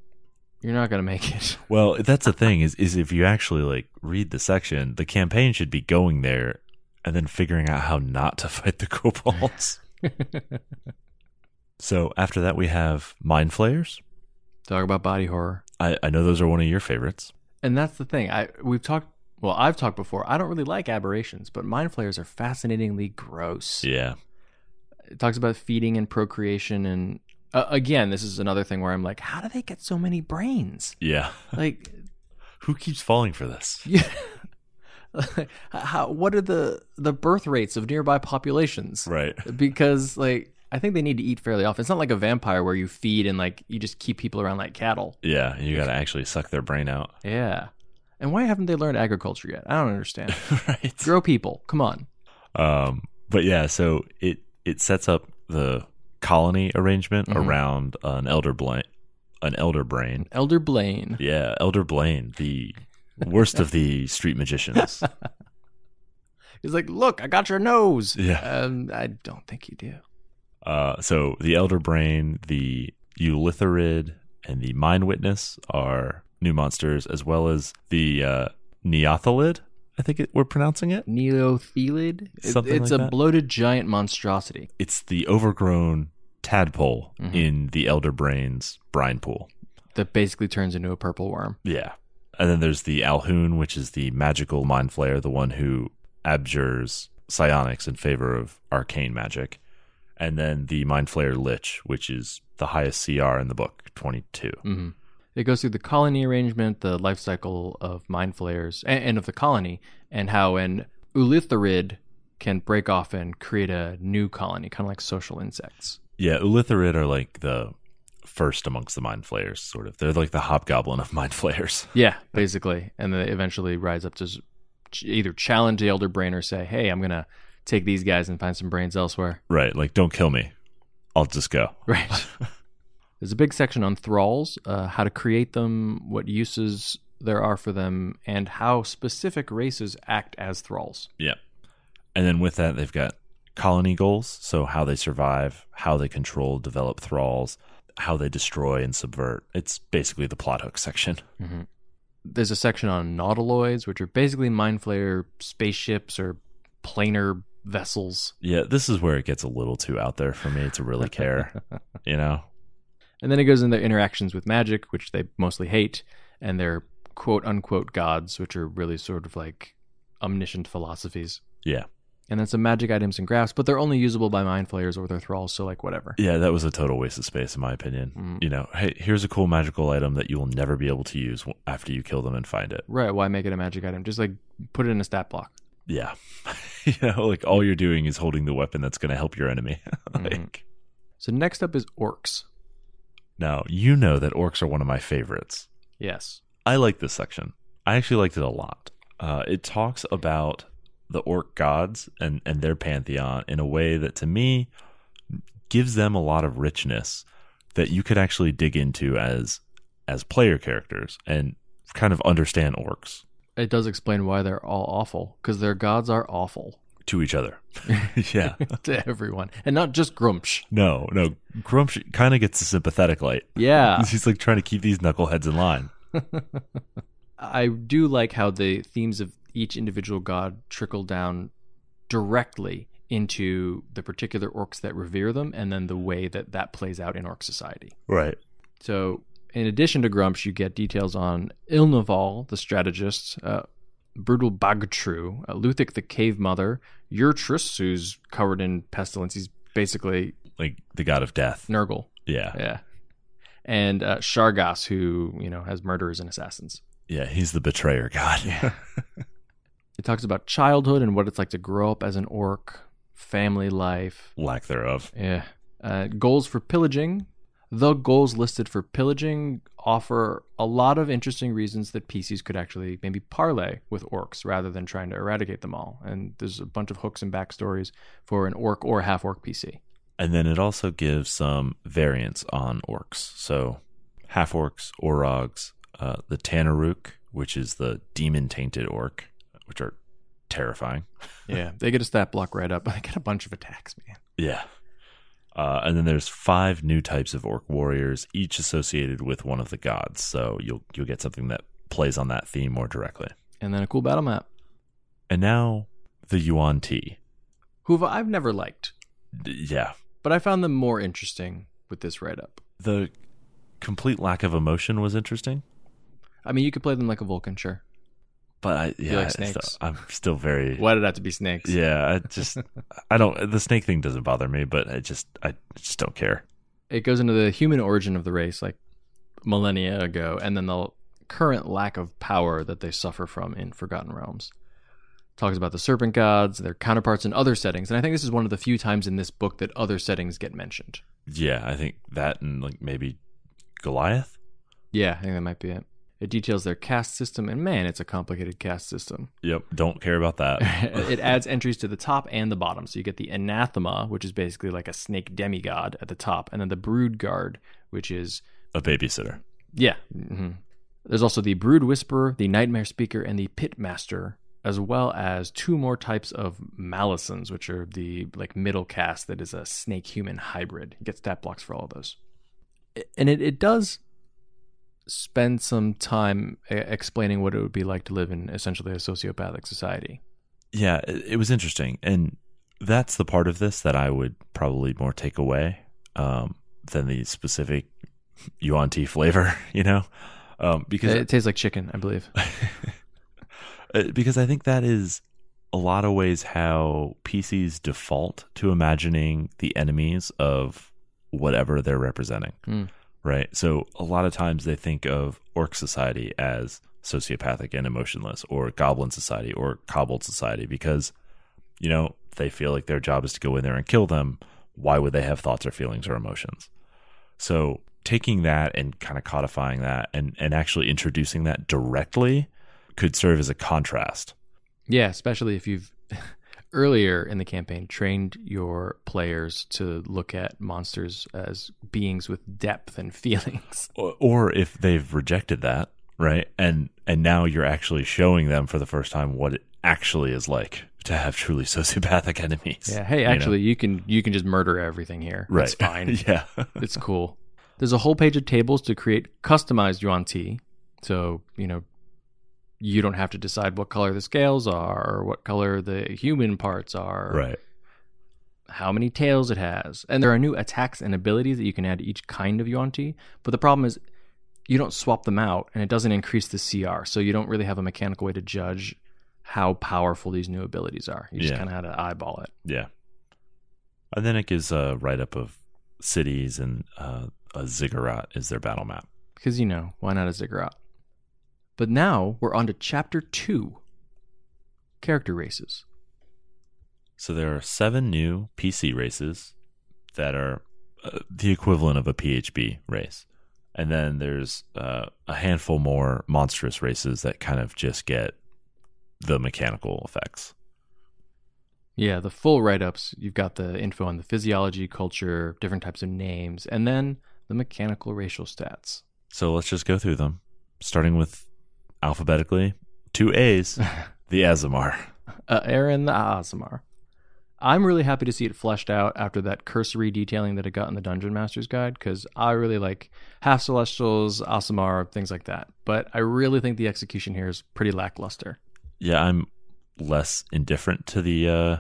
S2: You're not going to make it.
S1: Well, that's the thing is is if you actually like read the section, the campaign should be going there and then figuring out how not to fight the kobolds. so after that we have mind flayers.
S2: Talk about body horror.
S1: I, I know those are one of your favorites.
S2: And that's the thing. I We've talked, well, I've talked before. I don't really like aberrations, but mind flayers are fascinatingly gross.
S1: Yeah.
S2: it talks about feeding and procreation and uh, again this is another thing where i'm like how do they get so many brains
S1: Yeah.
S2: like
S1: Who keeps falling for this?
S2: yeah how what are the the birth rates of nearby populations
S1: Right.
S2: because like i think they need to eat fairly often it's not like a vampire where you feed and like you just keep people around like cattle
S1: Yeah, you got to actually suck their brain out.
S2: yeah and why haven't they learned agriculture yet i don't understand
S1: right.
S2: grow people come on
S1: Um, but yeah, so it it sets up the colony arrangement
S2: Mhm.
S1: around an elder brain, an elder brain,
S2: elder blaine
S1: Yeah, Elder Blaine, the worst of the street magicians.
S2: he's like look i got your nose
S1: Yeah.
S2: um i don't think you do
S1: Uh, so the Elder Brain, the Eulitharid, and the Mind Witness are new monsters, as well as the uh, Neotholid, I think it, we're pronouncing it.
S2: Neothelid.
S1: Something
S2: it's
S1: like
S2: a
S1: that.
S2: bloated giant monstrosity.
S1: It's the overgrown tadpole
S2: Mhm.
S1: in the Elder Brain's brine pool.
S2: that basically turns into a purple worm.
S1: Yeah. And then there's the Alhoun, which is the magical mind flayer, the one who abjures psionics in favor of arcane magic. And then the mind flayer Lich, which is the highest CR in the book, 22.
S2: hmm It goes through the colony arrangement, the life cycle of mind flayers and, and of the colony, and how an Ulitharid can break off and create a new colony, kind of like social insects.
S1: Yeah, Ulitharid are like the first amongst the mind flayers, sort of. They're like the hobgoblin of mind flayers.
S2: Yeah, basically. And then they eventually rise up to s- ch- either challenge the elder brain or say, hey, I'm going to take these guys and find some brains elsewhere.
S1: Right. Like, don't kill me. I'll just go.
S2: Right. There's a big section on thralls, uh, how to create them, what uses there are for them, and how specific races act as thralls.
S1: Yeah. And then with that, they've got colony goals. So, how they survive, how they control, develop thralls, how they destroy and subvert. It's basically the plot hook section.
S2: There's a section on nautiloids, which are basically mind flayer spaceships or planar vessels.
S1: Yeah. This is where it gets a little too out there for me to really care, you know?
S2: And then it goes into their interactions with magic, which they mostly hate, and their quote unquote gods, which are really sort of like omniscient philosophies.
S1: Yeah.
S2: And then some magic items and graphs, but they're only usable by mind flayers or their thralls, so like whatever.
S1: Yeah. That was a total waste of space, in my opinion.
S2: Mm.
S1: You know, hey, here's a cool magical item that you will never be able to use w- after you kill them and find it.
S2: Right, why make it a magic item? Just like put it in a stat block.
S1: Yeah. you know, like all you're doing is holding the weapon that's going to help your enemy. like,
S2: So next up is orcs.
S1: Now, you know that orcs are one of my favorites.
S2: Yes.
S1: I like this section. I actually liked it a lot. Uh, it talks about the orc gods and, and their pantheon in a way that to me gives them a lot of richness that you could actually dig into as as player characters and kind of understand orcs
S2: It does explain why they're all awful, because their gods are awful
S1: to each other. yeah.
S2: to everyone, and not just Grumsh.
S1: No, no. Grumsh kind of gets a sympathetic light.
S2: Yeah.
S1: He's like trying to keep these knuckleheads in line.
S2: I do like how the themes of each individual god trickle down directly into the particular orcs that revere them, and then the way that that plays out in orc society.
S1: Right.
S2: So, in addition to Grumps, you get details on Ilnaval, the strategist, uh, Brutal Bagtru, uh, Luthic, the cave mother, Urtrus, who's covered in pestilence. He's basically
S1: Like the god of death.
S2: Nurgle.
S1: Yeah.
S2: Yeah. And uh, Shargas, who, you know, has murderers and assassins.
S1: Yeah, he's the betrayer god. Yeah.
S2: It talks about childhood and what it's like to grow up as an orc, family life.
S1: Lack thereof.
S2: Yeah. Uh, goals for pillaging. The goals listed for pillaging offer a lot of interesting reasons that PCs could actually maybe parlay with orcs rather than trying to eradicate them all. And there's a bunch of hooks and backstories for an orc or half orc PC.
S1: And then it also gives some variants on orcs. So half orcs, orogs, uh, the Tanaruk, which is the demon tainted orc, which are terrifying.
S2: Yeah. they get a stat block right up. I get a bunch of attacks, man.
S1: Yeah. Uh, and then there's five new types of orc warriors, each associated with one of the gods. So you'll you'll get something that plays on that theme more directly.
S2: And then a cool battle map.
S1: And now the Yuan Ti.
S2: Who I've never liked,
S1: D- yeah,
S2: but I found them more interesting with this write up.
S1: the complete lack of emotion was interesting.
S2: I mean, you could play them like a Vulcan, sure.
S1: But I, yeah,
S2: like
S1: I still-
S2: snakes?
S1: I'm still very
S2: Why did it have to be snakes?
S1: yeah. I just I don't the snake thing doesn't bother me, but I just I just don't care.
S2: It goes into the human origin of the race, like millennia ago, and then the current lack of power that they suffer from in Forgotten Realms. Talks about the serpent gods, their counterparts in other settings, and I think this is one of the few times in this book that other settings get mentioned.
S1: Yeah, I think that and like maybe Goliath.
S2: Yeah, I think that might be it. It details their caste system, and man, it's a complicated caste system.
S1: Yep, don't care about that.
S2: it adds entries to the top and the bottom. So you get the anathema, which is basically like a snake demigod at the top, and then the brood guard, which is
S1: A babysitter.
S2: Yeah. hmm There's also the Brood Whisperer, the Nightmare Speaker, and the Pit Master, as well as two more types of Malisons, which are the like middle caste that is a snake human hybrid. You get stat blocks for all of those. I- And it, it does spend some time e- explaining what it would be like to live in essentially a sociopathic society.
S1: yeah it, it was interesting and that's the part of this that i would probably more take away um, than the specific yuan tea flavor, you know, um, because
S2: it tastes like chicken, I believe.
S1: uh, because I think that is a lot of ways how PCs default to imagining the enemies of whatever they're representing.
S2: Mm.
S1: Right. So a lot of times they think of orc society as sociopathic and emotionless, or goblin society, or kobold society, because you know they feel like their job is to go in there and kill them. Why would they have thoughts or feelings or emotions? So taking that and kind of codifying that and and actually introducing that directly could serve as a contrast.
S2: Yeah, especially if you've earlier in the campaign trained your players to look at monsters as beings with depth and feelings.
S1: Or, or if they've rejected that, right? And and now you're actually showing them for the first time what it actually is like to have truly sociopathic enemies.
S2: Yeah, hey,
S1: you know?
S2: actually, you, can you can just murder everything here.
S1: right.
S2: It's fine.
S1: yeah.
S2: it's cool. There's a whole page of tables to create customized yuan tea. So, you know, you don't have to decide what color the scales are or what color the human parts are.
S1: right.
S2: how many tails it has. And there are new attacks and abilities that you can add to each kind of Yuan-Ti, but the problem is you don't swap them out and it doesn't increase the CR. So you don't really have a mechanical way to judge how powerful these new abilities are. You just
S1: Yeah.
S2: kind of had to eyeball it.
S1: Yeah. And then it gives a write up of cities and uh, a ziggurat is their battle map.
S2: Because, you know, why not a ziggurat? But now we're on to chapter two character races.
S1: So there are seven new PC races that are uh, the equivalent of a PHB race. And then there's uh, a handful more monstrous races that kind of just get the mechanical effects.
S2: Yeah, the full write ups, you've got the info on the physiology, culture, different types of names, and then the mechanical racial stats.
S1: So let's just go through them, starting with alphabetically two A's, the Azamar.
S2: uh, Aaron the Aasimar. I'm really happy to see it fleshed out after that cursory detailing that it got in the Dungeon Master's Guide because I really like Half Celestials, Aasimar, things like that. But I really think the execution here is pretty lackluster.
S1: Yeah, I'm less indifferent to the uh,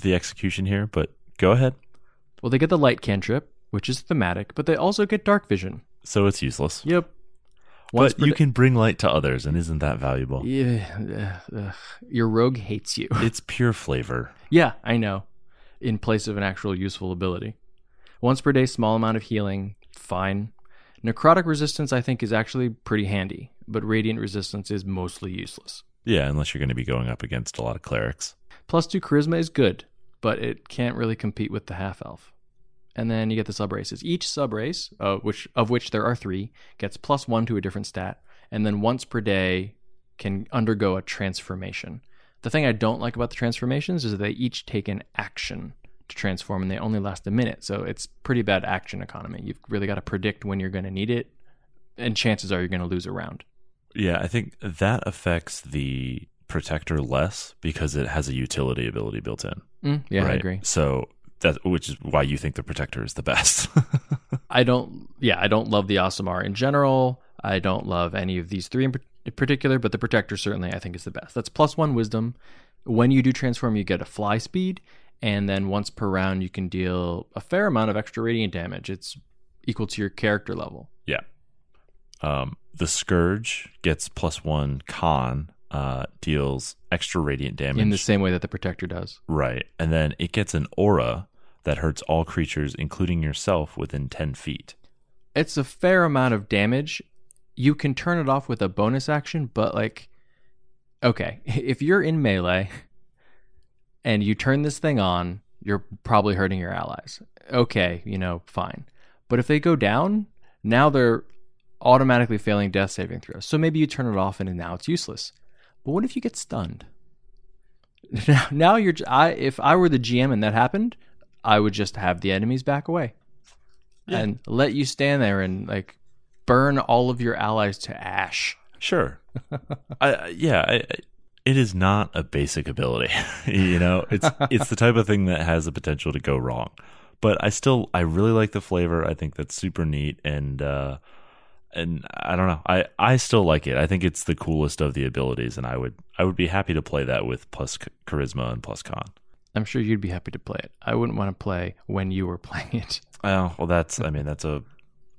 S1: the execution here, but go ahead.
S2: Well, they get the light cantrip, which is thematic, but they also get dark vision.
S1: So it's useless.
S2: Yep. Once
S1: But
S2: per
S1: you
S2: da-
S1: can bring light to others, and isn't that valuable?
S2: Yeah, ugh, ugh. your rogue hates you.
S1: It's pure flavor.
S2: Yeah, I know. In place of an actual useful ability. Once per day, small amount of healing, fine. Necrotic resistance, I think, is actually pretty handy, but radiant resistance is mostly useless.
S1: Yeah, unless you're going to be going up against a lot of clerics.
S2: Plus two charisma is good, but it can't really compete with the half elf. And then you get the sub races. Each sub race, uh, which of which there are three, gets plus one to a different stat, and then once per day can undergo a transformation. The thing I don't like about the transformations is that they each take an action to transform, and they only last a minute. So it's pretty bad action economy. You've really got to predict when you're going to need it, and chances are you're going to lose a round.
S1: Yeah, I think that affects the protector less because it has a utility ability built in.
S2: Mm, yeah, I
S1: right?
S2: agree.
S1: So that which is why you think the protector is the best.
S2: I don't. Yeah, I don't love the Asimar in general. I don't love any of these three in par- in particular, but the Protector certainly I think is the best. That's plus one Wisdom. When you do transform, you get a fly speed, and then once per round, you can deal a fair amount of extra radiant damage. It's equal to your character level.
S1: yeah. Um, the scourge gets plus one con, uh, deals extra radiant damage
S2: In the same way that the protector does.
S1: Right. And then it gets an aura that hurts all creatures, including yourself, within 10 feet.
S2: It's a fair amount of damage. You can turn it off with a bonus action, but like, okay, if you're in melee and you turn this thing on, you're probably hurting your allies. Okay, you know, fine. But if they go down, now they're automatically failing death saving throws. So maybe you turn it off and now it's useless. But what if you get stunned? Now, now you're. j- I if I were the GM and that happened, I would just have the enemies back away,
S1: Yeah.
S2: and let you stand there and like burn all of your allies to ash.
S1: Sure. I, I- yeah. I, I- it is not a basic ability. you know, it's it's the type of thing that has the potential to go wrong. But I still, I really like the flavor. I think that's super neat, and uh, and I don't know. I I still like it. I think it's the coolest of the abilities, and I would I would be happy to play that with plus ch- charisma and plus con.
S2: I'm sure you'd be happy to play it. I wouldn't want to play when you were playing it.
S1: Oh well, that's I mean that's a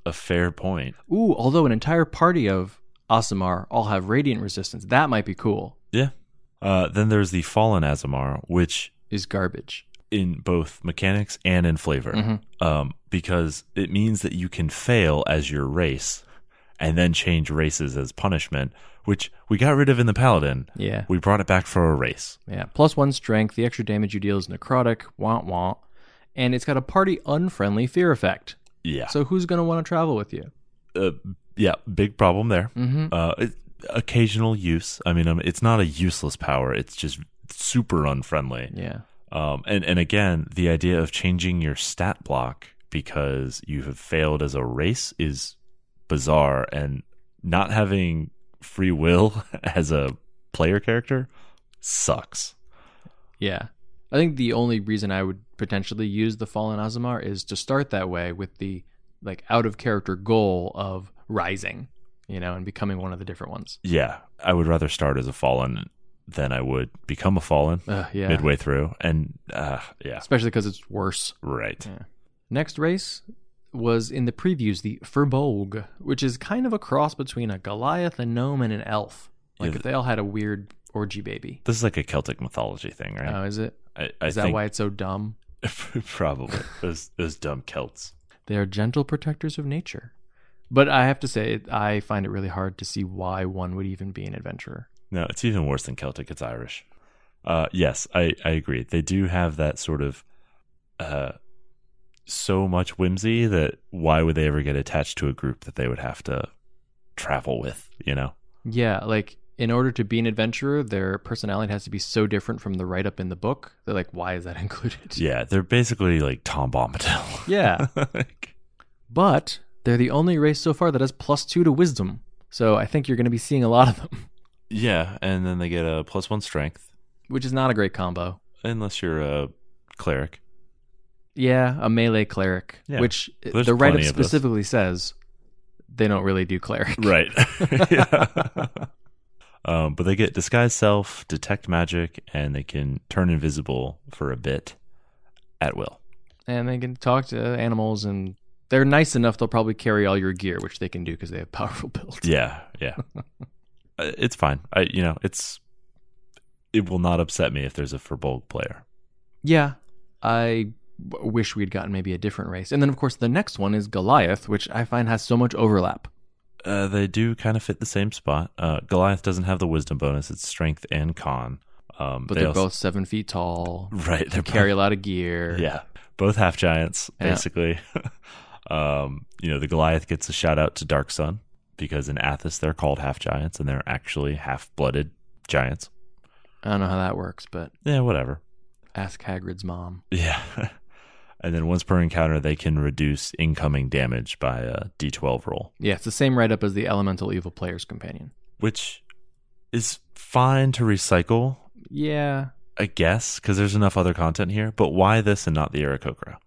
S1: a fair point.
S2: Ooh, although an entire party of Asimar all have radiant resistance, that might be cool.
S1: Uh, then there's the Fallen Azamar, which
S2: Is garbage.
S1: in both mechanics and in flavor,
S2: Mhm.
S1: um, because it means that you can fail as your race and then change races as punishment, which we got rid of in the Paladin.
S2: Yeah,
S1: We brought it back for a race.
S2: yeah. Plus one strength. The extra damage you deal is necrotic. Wah wah. And it's got a party unfriendly fear effect.
S1: Yeah.
S2: So who's gonna want to travel with you?
S1: uh, yeah, big problem there.
S2: Mm-hmm.
S1: Uh, it, occasional use. I mean, um, it's not a useless power. It's just super unfriendly.
S2: Yeah.
S1: Um, and and again, the idea of changing your stat block because you have failed as a race is bizarre, and not having free will as a player character sucks.
S2: Yeah. I think the only reason I would potentially use the Fallen Azamar is to start that way with the like out of character goal of rising, you know, and becoming one of the different ones.
S1: Yeah, I would rather start as a fallen than I would become a fallen
S2: Ugh, yeah.
S1: midway through, and uh, yeah,
S2: Especially because it's worse.
S1: right.
S2: Next race was in the previews the Furbolg, which is kind of a cross between a Goliath, a gnome, and an elf. Like
S1: Yeah,
S2: if they all had a weird orgy baby.
S1: This is like a Celtic mythology thing, right?
S2: Oh, is it?
S1: I, I
S2: Is that
S1: think
S2: why it's so dumb?
S1: probably those those dumb Celts.
S2: They are gentle protectors of nature. But I have to say, I find it really hard to see why one would even be an adventurer.
S1: No, it's even worse than Celtic. It's Irish. Uh, yes, I, I agree. They do have that sort of uh, so much whimsy that why would they ever get attached to a group that they would have to travel with? You know?
S2: Yeah, like in order to be an adventurer, their personality has to be so different from the write up in the book. They're like, why is that included?
S1: Yeah, they're basically like Tom Bombadil.
S2: Yeah.
S1: Like,
S2: But they're the only race so far that has plus two to wisdom. So I think you're going to be seeing a lot of them,
S1: yeah, and then they get a plus one strength
S2: which is not a great combo.
S1: unless you're a cleric.
S2: Yeah, a melee cleric,
S1: Yeah.
S2: which uh,
S1: There's
S2: the write up
S1: plenty of those.
S2: specifically says they don't really do cleric.
S1: Right. Yeah. um, but they get disguise self, detect magic, and they can turn invisible for a bit at will.
S2: and they can talk to animals and they're nice enough they'll probably carry all your gear which they can do because they have powerful builds
S1: Yeah, yeah. Uh, it's fine. I, you know, it's it will not upset me if there's a Furbolg player.
S2: yeah i w- wish we'd gotten maybe a different race and then of course the next one is goliath which i find has so much overlap
S1: Uh, they do kind of fit the same spot. Uh, Goliath doesn't have the wisdom bonus; it's strength and con. Um,
S2: but
S1: they
S2: they are
S1: also-
S2: both seven feet tall
S1: right. They're
S2: carry a lot of gear
S1: Yeah, both half giants
S2: Yeah.
S1: basically. um, you know, the Goliath gets a shout out to Dark Sun because in Athos they're called half giants and they're actually half blooded giants.
S2: i don't know how that works but
S1: Yeah, whatever.
S2: ask hagrid's mom
S1: Yeah. and then once per encounter, they can reduce incoming damage by a d12 roll,
S2: yeah it's the same write-up as the elemental evil player's companion
S1: which is fine to recycle,
S2: yeah
S1: I guess, because there's enough other content here. But why this and not the Aarakocra?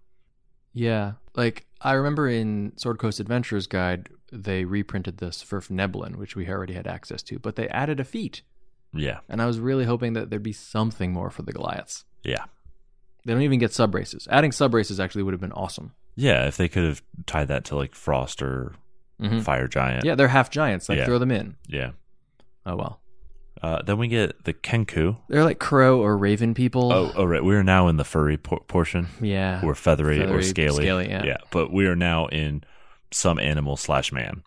S2: Yeah. Like I remember in Sword Coast Adventures Guide, they reprinted this for Neblin, which we already had access to, but they added a feat.
S1: Yeah,
S2: And I was really hoping that there'd be something more for the Goliaths.
S1: yeah.
S2: They don't even get sub races. Adding sub races actually would have been awesome.
S1: Yeah, if they could have tied that to like Frost or
S2: Mhm.
S1: Fire Giant.
S2: Yeah, they're half giants. Like
S1: Yeah.
S2: throw them in.
S1: Yeah.
S2: Oh well.
S1: Uh, then we get the Kenku.
S2: They're like crow or raven people.
S1: Oh, oh, right. We are now in the furry por- portion,
S2: yeah.
S1: or feathery, or
S2: Uh, Feathery,
S1: scaly.
S2: scaly, yeah.
S1: but we are now in some animal slash man.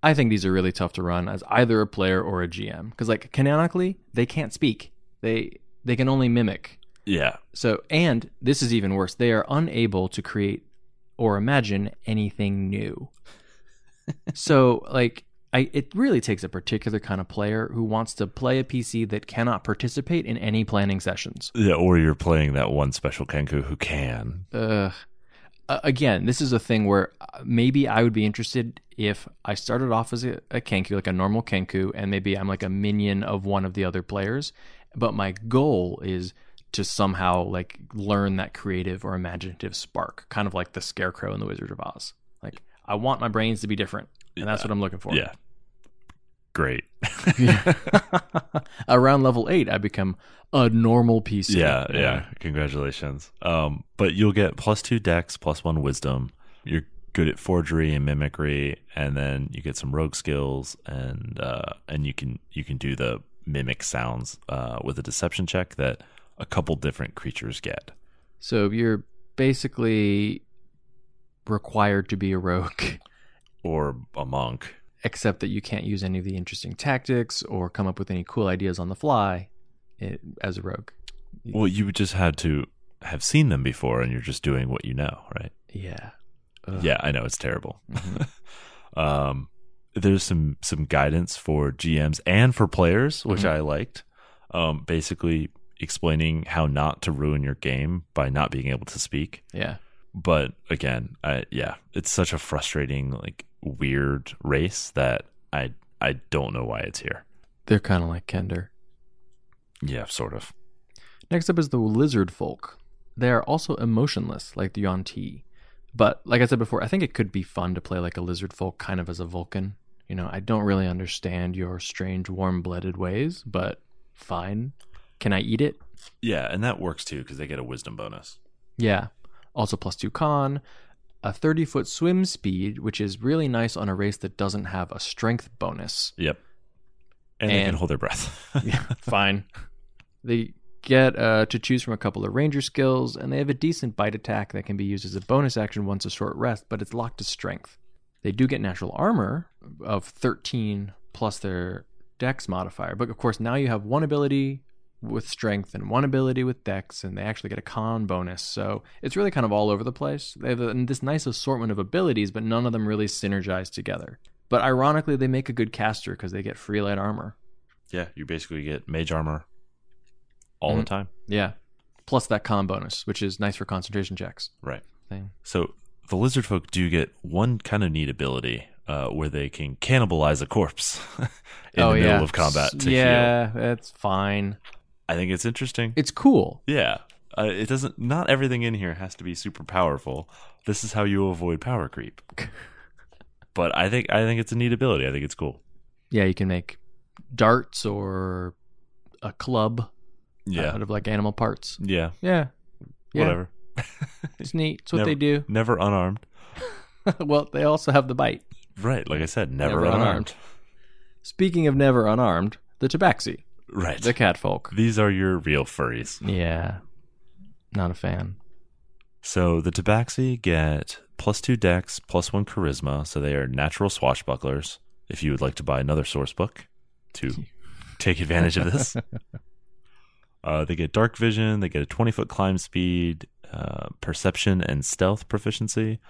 S2: I think these are really tough to run as either a player or a GM because like canonically they can't speak. They they can only mimic.
S1: Yeah,
S2: So, and this is even worse. They are unable to create or imagine anything new. so, like, I, it really takes a particular kind of player who wants to play a PC that cannot participate in any planning sessions.
S1: yeah. Or you're playing that one special Kenku who can.
S2: Ugh. Uh, again, this is a thing where uh, maybe I would be interested if I started off as a, a Kenku, like a normal Kenku, and maybe I'm like a minion of one of the other players. But my goal is to somehow like learn that creative or imaginative spark, kind of like the Scarecrow in The Wizard of Oz. Like I want my brains to be different, and that's what I'm looking for.
S1: Yeah, great.
S2: Around level eight, I become a normal PC.
S1: yeah, yeah. Congratulations. Um, but you'll get plus two Dex, plus one Wisdom. You're good at forgery and mimicry, and then you get some rogue skills, and uh, and you can you can do the mimic sounds uh, with a deception check that a couple different creatures get.
S2: So you're basically required to be a rogue,
S1: Or a monk.
S2: except that you can't use any of the interesting tactics or come up with any cool ideas on the fly eh, as a rogue.
S1: Well, you would just had to have seen them before, and you're just doing what you know, right?
S2: Yeah. Ugh.
S1: Yeah, I know it's terrible.
S2: Mhm.
S1: um, there's some some guidance for GMs and for players, which
S2: Mhm.
S1: I liked. Um, basically explaining how not to ruin your game by not being able to speak.
S2: yeah.
S1: But again, I, yeah, it's such a frustrating, like weird race that I I don't know why it's here.
S2: They're kind of like Kender.
S1: Yeah, sort of.
S2: Next up is the lizard folk. They are also emotionless, like the Yonti. But like I said before, I think it could be fun to play like a lizard folk kind of as a Vulcan. You know, I don't really understand your strange, warm blooded ways, but fine. Can I eat it?
S1: Yeah, and that works too because they get a wisdom bonus.
S2: Yeah. Also, plus two con, a 30 foot swim speed, which is really nice on a race that doesn't have a strength bonus.
S1: Yep. And, they can
S2: And-
S1: hold their breath.
S2: Yeah, fine. They get uh, to choose from a couple of ranger skills, and they have a decent bite attack that can be used as a bonus action once a short rest, but it's locked to strength. They do get natural armor of 13 plus their dex modifier, but of course, now you have one ability with strength and one ability with dex, and they actually get a con bonus. So it's really kind of all over the place. They have a, this nice assortment of abilities, but none of them really synergize together. But ironically, they make a good caster because they get free light armor.
S1: yeah, you basically get mage armor all the
S2: Mhm.
S1: time.
S2: Yeah. Plus that con bonus, which is nice for concentration checks.
S1: Right.
S2: Thing.
S1: So the lizard folk do get one kind of neat ability uh, where they can cannibalize a corpse in the middle of combat to heal.
S2: Oh, yeah, that's fine.
S1: I think it's interesting.
S2: It's cool.
S1: yeah. Uh, it doesn't, not everything in here has to be super powerful. This is how you avoid power creep. but I think, I think it's a neat ability. I think it's cool.
S2: Yeah, you can make darts or a club
S1: Yeah.
S2: out of like animal parts.
S1: yeah.
S2: Yeah. Yeah.
S1: Whatever.
S2: It's neat. It's what
S1: Never-
S2: they do.
S1: Never unarmed.
S2: well, they also have the bite.
S1: Right. Like I said, never,
S2: Never
S1: unarmed.
S2: unarmed. Speaking of never unarmed, the tabaxi,
S1: Right.
S2: the catfolk.
S1: These are your real furries.
S2: Yeah. Not a fan.
S1: So the Tabaxi get plus two dex, plus one charisma, so they are natural swashbucklers. If you would like to buy another source book to take advantage of this, uh, they get dark vision, they get a 20 foot climb speed, uh, perception and stealth proficiency,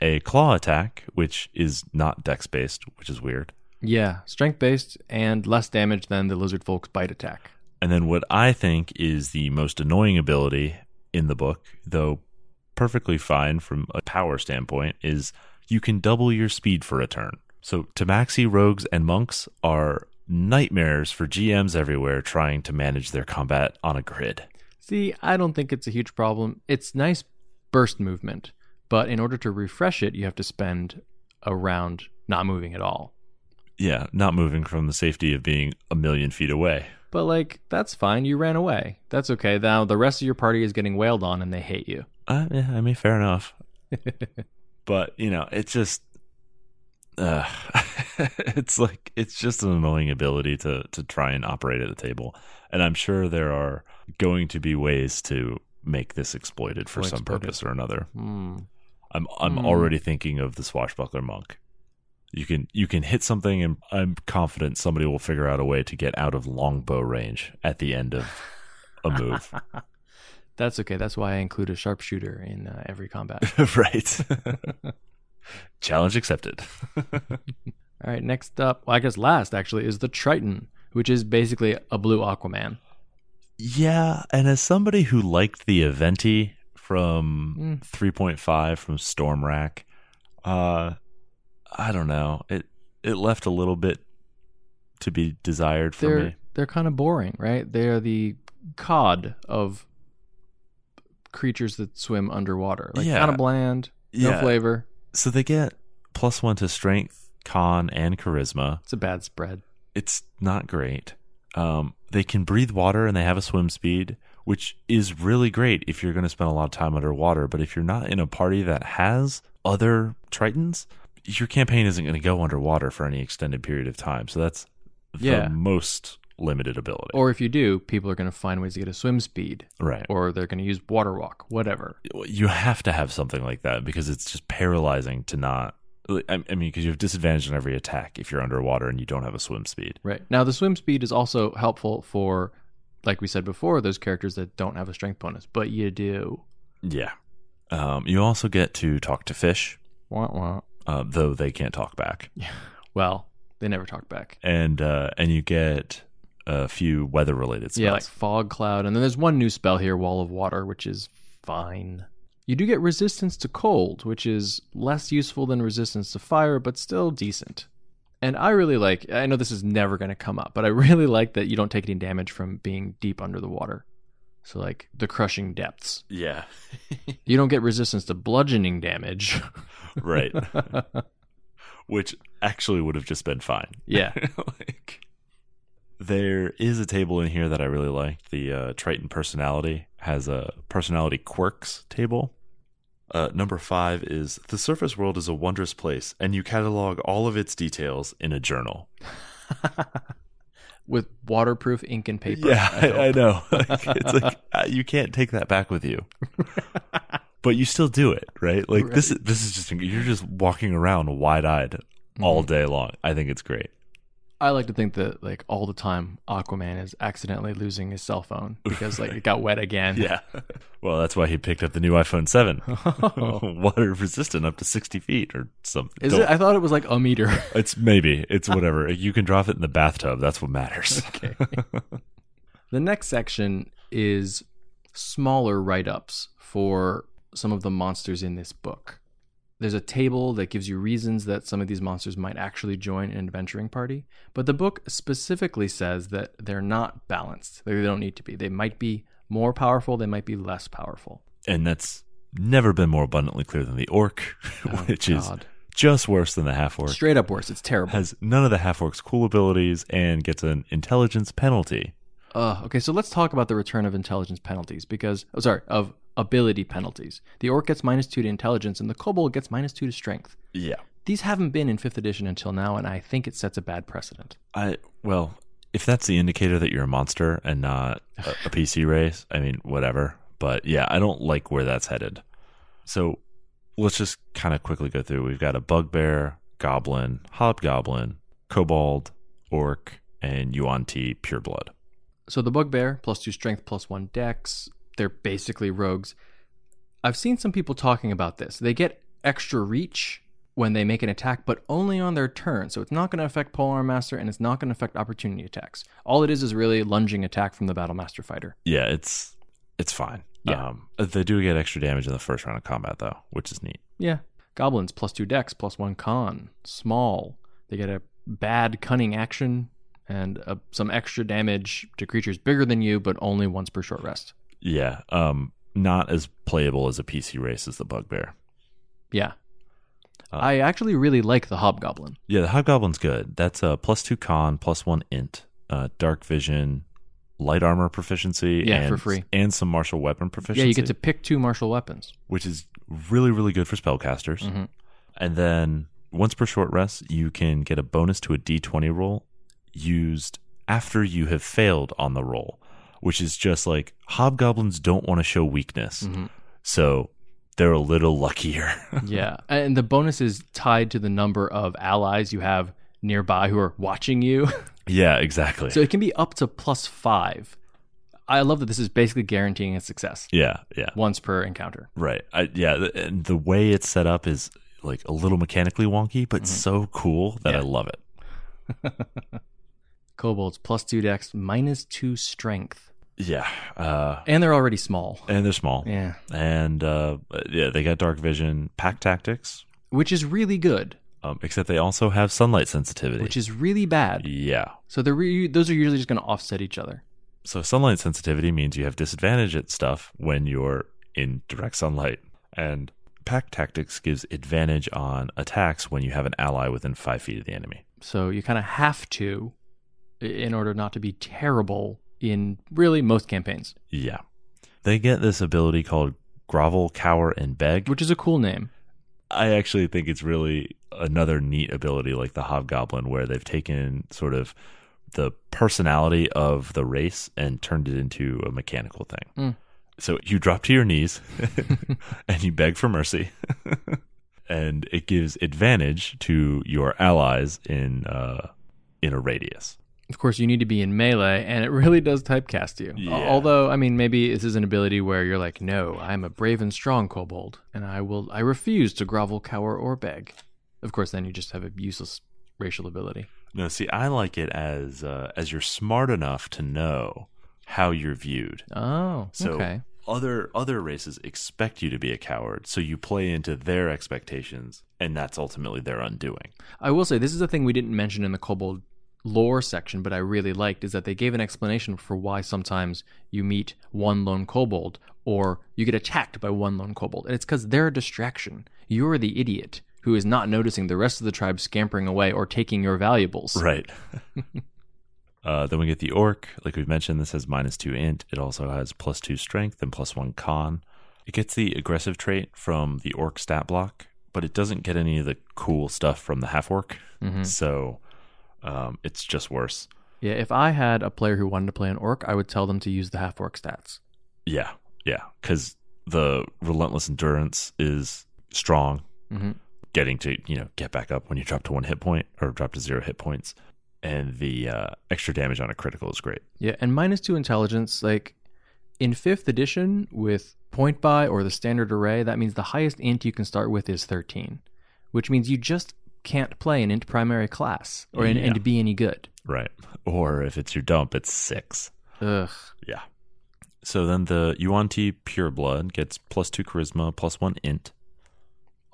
S1: a claw attack, which is not dex based, which is weird.
S2: Yeah, strength based and less damage than the lizard folk's bite attack.
S1: And then what I think is the most annoying ability in the book, though perfectly fine from a power standpoint, is you can double your speed for a turn. So Tamaxi rogues and monks are nightmares for GMs everywhere trying to manage their combat on a grid.
S2: See, I don't think it's a huge problem. It's nice burst movement, but in order to refresh it, you have to spend a round not moving at all.
S1: Yeah, not moving from the safety of being a million feet away.
S2: But like, that's fine. You ran away. That's okay. Now the rest of your party is getting wailed on and they hate you.
S1: Uh, yeah, I mean, fair enough. but you know, it's just, uh, it's like it's just an annoying ability to to try and operate at the table, and I'm sure there are going to be ways to make this exploited for
S2: Or
S1: some
S2: exploit it.
S1: purpose or another.
S2: Hmm.
S1: I'm I'm
S2: Hmm.
S1: already thinking of the swashbuckler monk. You can you can hit something, and I'm confident somebody will figure out a way to get out of longbow range at the end of a move.
S2: That's okay. That's why I include a sharpshooter in uh, every combat.
S1: right. Challenge accepted.
S2: all right. Next up, well, I guess last actually is the Triton, which is basically a blue Aquaman.
S1: Yeah, and as somebody who liked the Aventi
S2: Hmm.
S1: from 3.5 from Stormrack, uh I don't know. It it left a little bit to be desired for
S2: they're
S1: me.
S2: they're kind of boring, right? They are the cod of creatures that swim underwater. Like
S1: Yeah.
S2: kind of bland, no
S1: Yeah.
S2: flavor.
S1: So they get plus 1 to strength, con and charisma.
S2: It's a bad spread.
S1: It's not great. Um they can breathe water and they have a swim speed, which is really great if you're going to spend a lot of time underwater, but if you're not in a party that has other Tritons, your campaign isn't going to go underwater for any extended period of time. So that's
S2: Yeah.
S1: the most limited ability.
S2: Or if you do, people are going to find ways to get a swim speed,
S1: right.
S2: or they're going to use water walk, whatever.
S1: you have to have something like that because it's just paralyzing to not. I I mean, because you have disadvantage on every attack if you're underwater and you don't have a swim speed.
S2: Right. Now, the swim speed is also helpful for, like we said before, those characters that don't have a strength bonus, but you do.
S1: Yeah. Um, you also get to talk to fish,
S2: Wah, wah.
S1: uh, though they can't talk back,
S2: Well, they never talk back.
S1: and uh, and you get a few weather related spells.
S2: Yeah, like fog cloud. And then there's one new spell here, Wall of Water, which is fine. You do get resistance to cold, which is less useful than resistance to fire, but still decent. And I really like, I know this is never going to come up, but I really like that you don't take any damage from being deep under the water. So, like the crushing depths.
S1: yeah.
S2: You don't get resistance to bludgeoning damage.
S1: right. Which actually would have just been fine.
S2: yeah.
S1: like there is a table in here that I really liked. The uh, Triton personality has a personality quirks table. Uh, number five is the surface world is a wondrous place, and you catalog all of its details in a journal.
S2: With waterproof ink and paper.
S1: yeah,
S2: I hope.
S1: I, I know. Like, it's like uh, you can't take that back with you, but you still do it, right? Like this. Is, this is just you're just walking around wide eyed all
S2: Mm-hmm.
S1: day long. I think it's great.
S2: I like to think that like all the time Aquaman is accidentally losing his cell phone because like it got wet again.
S1: Yeah. Well, that's why he picked up the new iPhone 7. Water resistant up to 60 feet or something.
S2: Oh. Is it? I thought it was like a meter.
S1: It's maybe. It's whatever. you can drop it in the bathtub. That's what matters.
S2: okay. the next section is smaller write ups for some of the monsters in this book. There's a table that gives you reasons that some of these monsters might actually join an adventuring party, but the book specifically says that they're not balanced. They don't need to be. They might be more powerful, they might be less powerful.
S1: And that's never been more abundantly clear than the orc, which is
S2: Oh, God.
S1: just worse than the half orc.
S2: Straight up worse. It's terrible.
S1: Has none of the half orc's cool abilities and gets an intelligence penalty.
S2: Uh, okay, so let's talk about the return of intelligence penalties because, oh, sorry, of ability penalties. The orc gets minus two to intelligence and the kobold gets minus two to strength.
S1: Yeah.
S2: These haven't been in fifth edition until now, and I think it sets a bad precedent.
S1: I well, if that's the indicator that you're a monster and not a, a PC race, I mean, whatever. But yeah, I don't like where that's headed. So let's just kind of quickly go through. We've got a bugbear, goblin, hobgoblin, kobold, orc, and yuan ti pure blood.
S2: So the bugbear, plus two strength, plus one dex, they're basically rogues. I've seen some people talking about this. They get extra reach when they make an attack, but only on their turn. So it's not going to affect Polearm Master and it's not going to affect opportunity attacks. All it is is really a lunging attack from the Battle Master fighter.
S1: Yeah, it's it's fine.
S2: Yeah.
S1: Um, they do get extra damage in the first round of combat though, which is neat.
S2: Yeah. Goblins plus two dex plus one con. Small. They get a bad cunning action and uh some extra damage to creatures bigger than you, but only once per short rest.
S1: Yeah. Um, not as playable as a PC race as the bugbear.
S2: Yeah.
S1: Uh,
S2: I actually really like the hobgoblin.
S1: Yeah, the Hobgoblin's good. That's a plus two con, plus one int, uh, dark vision, light armor proficiency,
S2: Yeah,
S1: and,
S2: for free.
S1: and some martial weapon proficiency.
S2: Yeah, you get to pick two martial weapons.
S1: which is really really good for spellcasters.
S2: Mhm.
S1: And then once per short rest, you can get a bonus to a d20 roll used after you have failed on the roll, which is just like hobgoblins don't want to show weakness,
S2: Mhm.
S1: so they're a little luckier.
S2: yeah. And the bonus is tied to the number of allies you have nearby who are watching you.
S1: yeah, exactly.
S2: so it can be up to plus five. I love that this is basically guaranteeing a success
S1: yeah, yeah.
S2: once per encounter.
S1: Right. I, yeah. th- And the way it's set up is like a little mechanically wonky,
S2: Mm-hmm.
S1: but so cool that I love it.
S2: Kobolds plus two dex, minus two strength.
S1: Yeah. Uh,
S2: And they're already small.
S1: and they're small.
S2: Yeah.
S1: And uh, yeah, they got dark vision, pack tactics,
S2: Which is really good,
S1: um, except they also have sunlight sensitivity.
S2: which is really bad.
S1: yeah.
S2: So they're re- those are usually just going to offset each other.
S1: So sunlight sensitivity means you have disadvantage at stuff when you're in direct sunlight. And pack tactics gives advantage on attacks when you have an ally within five feet of the enemy.
S2: So you kind of have to i- in order not to be terrible in really most campaigns,
S1: Yeah. They get this ability called grovel, cower, and beg.
S2: which is a cool name.
S1: I actually think it's really another neat ability like the Hobgoblin, where they've taken sort of the personality of the race and turned it into a mechanical thing.
S2: Mm.
S1: So you drop to your knees and you beg for mercy. and it gives advantage to your allies in uh, in a radius.
S2: Of course, you need to be in melee, and it really does typecast you. Al-
S1: Yeah.
S2: Although, I mean, maybe this is an ability where you're like, "No, I'm a brave and strong kobold, and I will, I refuse to grovel, cower, or beg." Of course, then you just have a useless racial ability.
S1: No, see, I like it as uh, as you're smart enough to know how you're viewed.
S2: Oh,
S1: So
S2: okay.
S1: other other races expect you to be a coward, so you play into their expectations, and that's ultimately their undoing.
S2: I will say this is a thing we didn't mention in the kobold lore section, but I really liked is that they gave an explanation for why sometimes you meet one lone kobold or you get attacked by one lone kobold, and it's because they're a distraction. You're the idiot who is not noticing the rest of the tribe scampering away or taking your valuables.
S1: Right. uh, then we get the orc. Like we've mentioned, this has minus two int. It also has plus two strength and plus one con. It gets the aggressive trait from the orc stat block, but it doesn't get any of the cool stuff from the half orc.
S2: Mhm.
S1: So um, it's just worse.
S2: Yeah, if I had a player who wanted to play an orc, I would tell them to use the half orc stats.
S1: Yeah. Yeah. Because the relentless endurance is strong.
S2: hmm
S1: getting to you know get back up when you drop to one hit point or drop to zero hit points and the uh, extra damage on a critical is great
S2: Yeah, and minus two intelligence, like in fifth edition with point by or the standard array, that means the highest int you can start with is 13, which means you just can't play an int primary class or an
S1: Yeah.
S2: and be any good.
S1: right or if it's your dump it's six
S2: Ugh.
S1: yeah so then the yuan-ti pure blood gets plus two charisma plus one int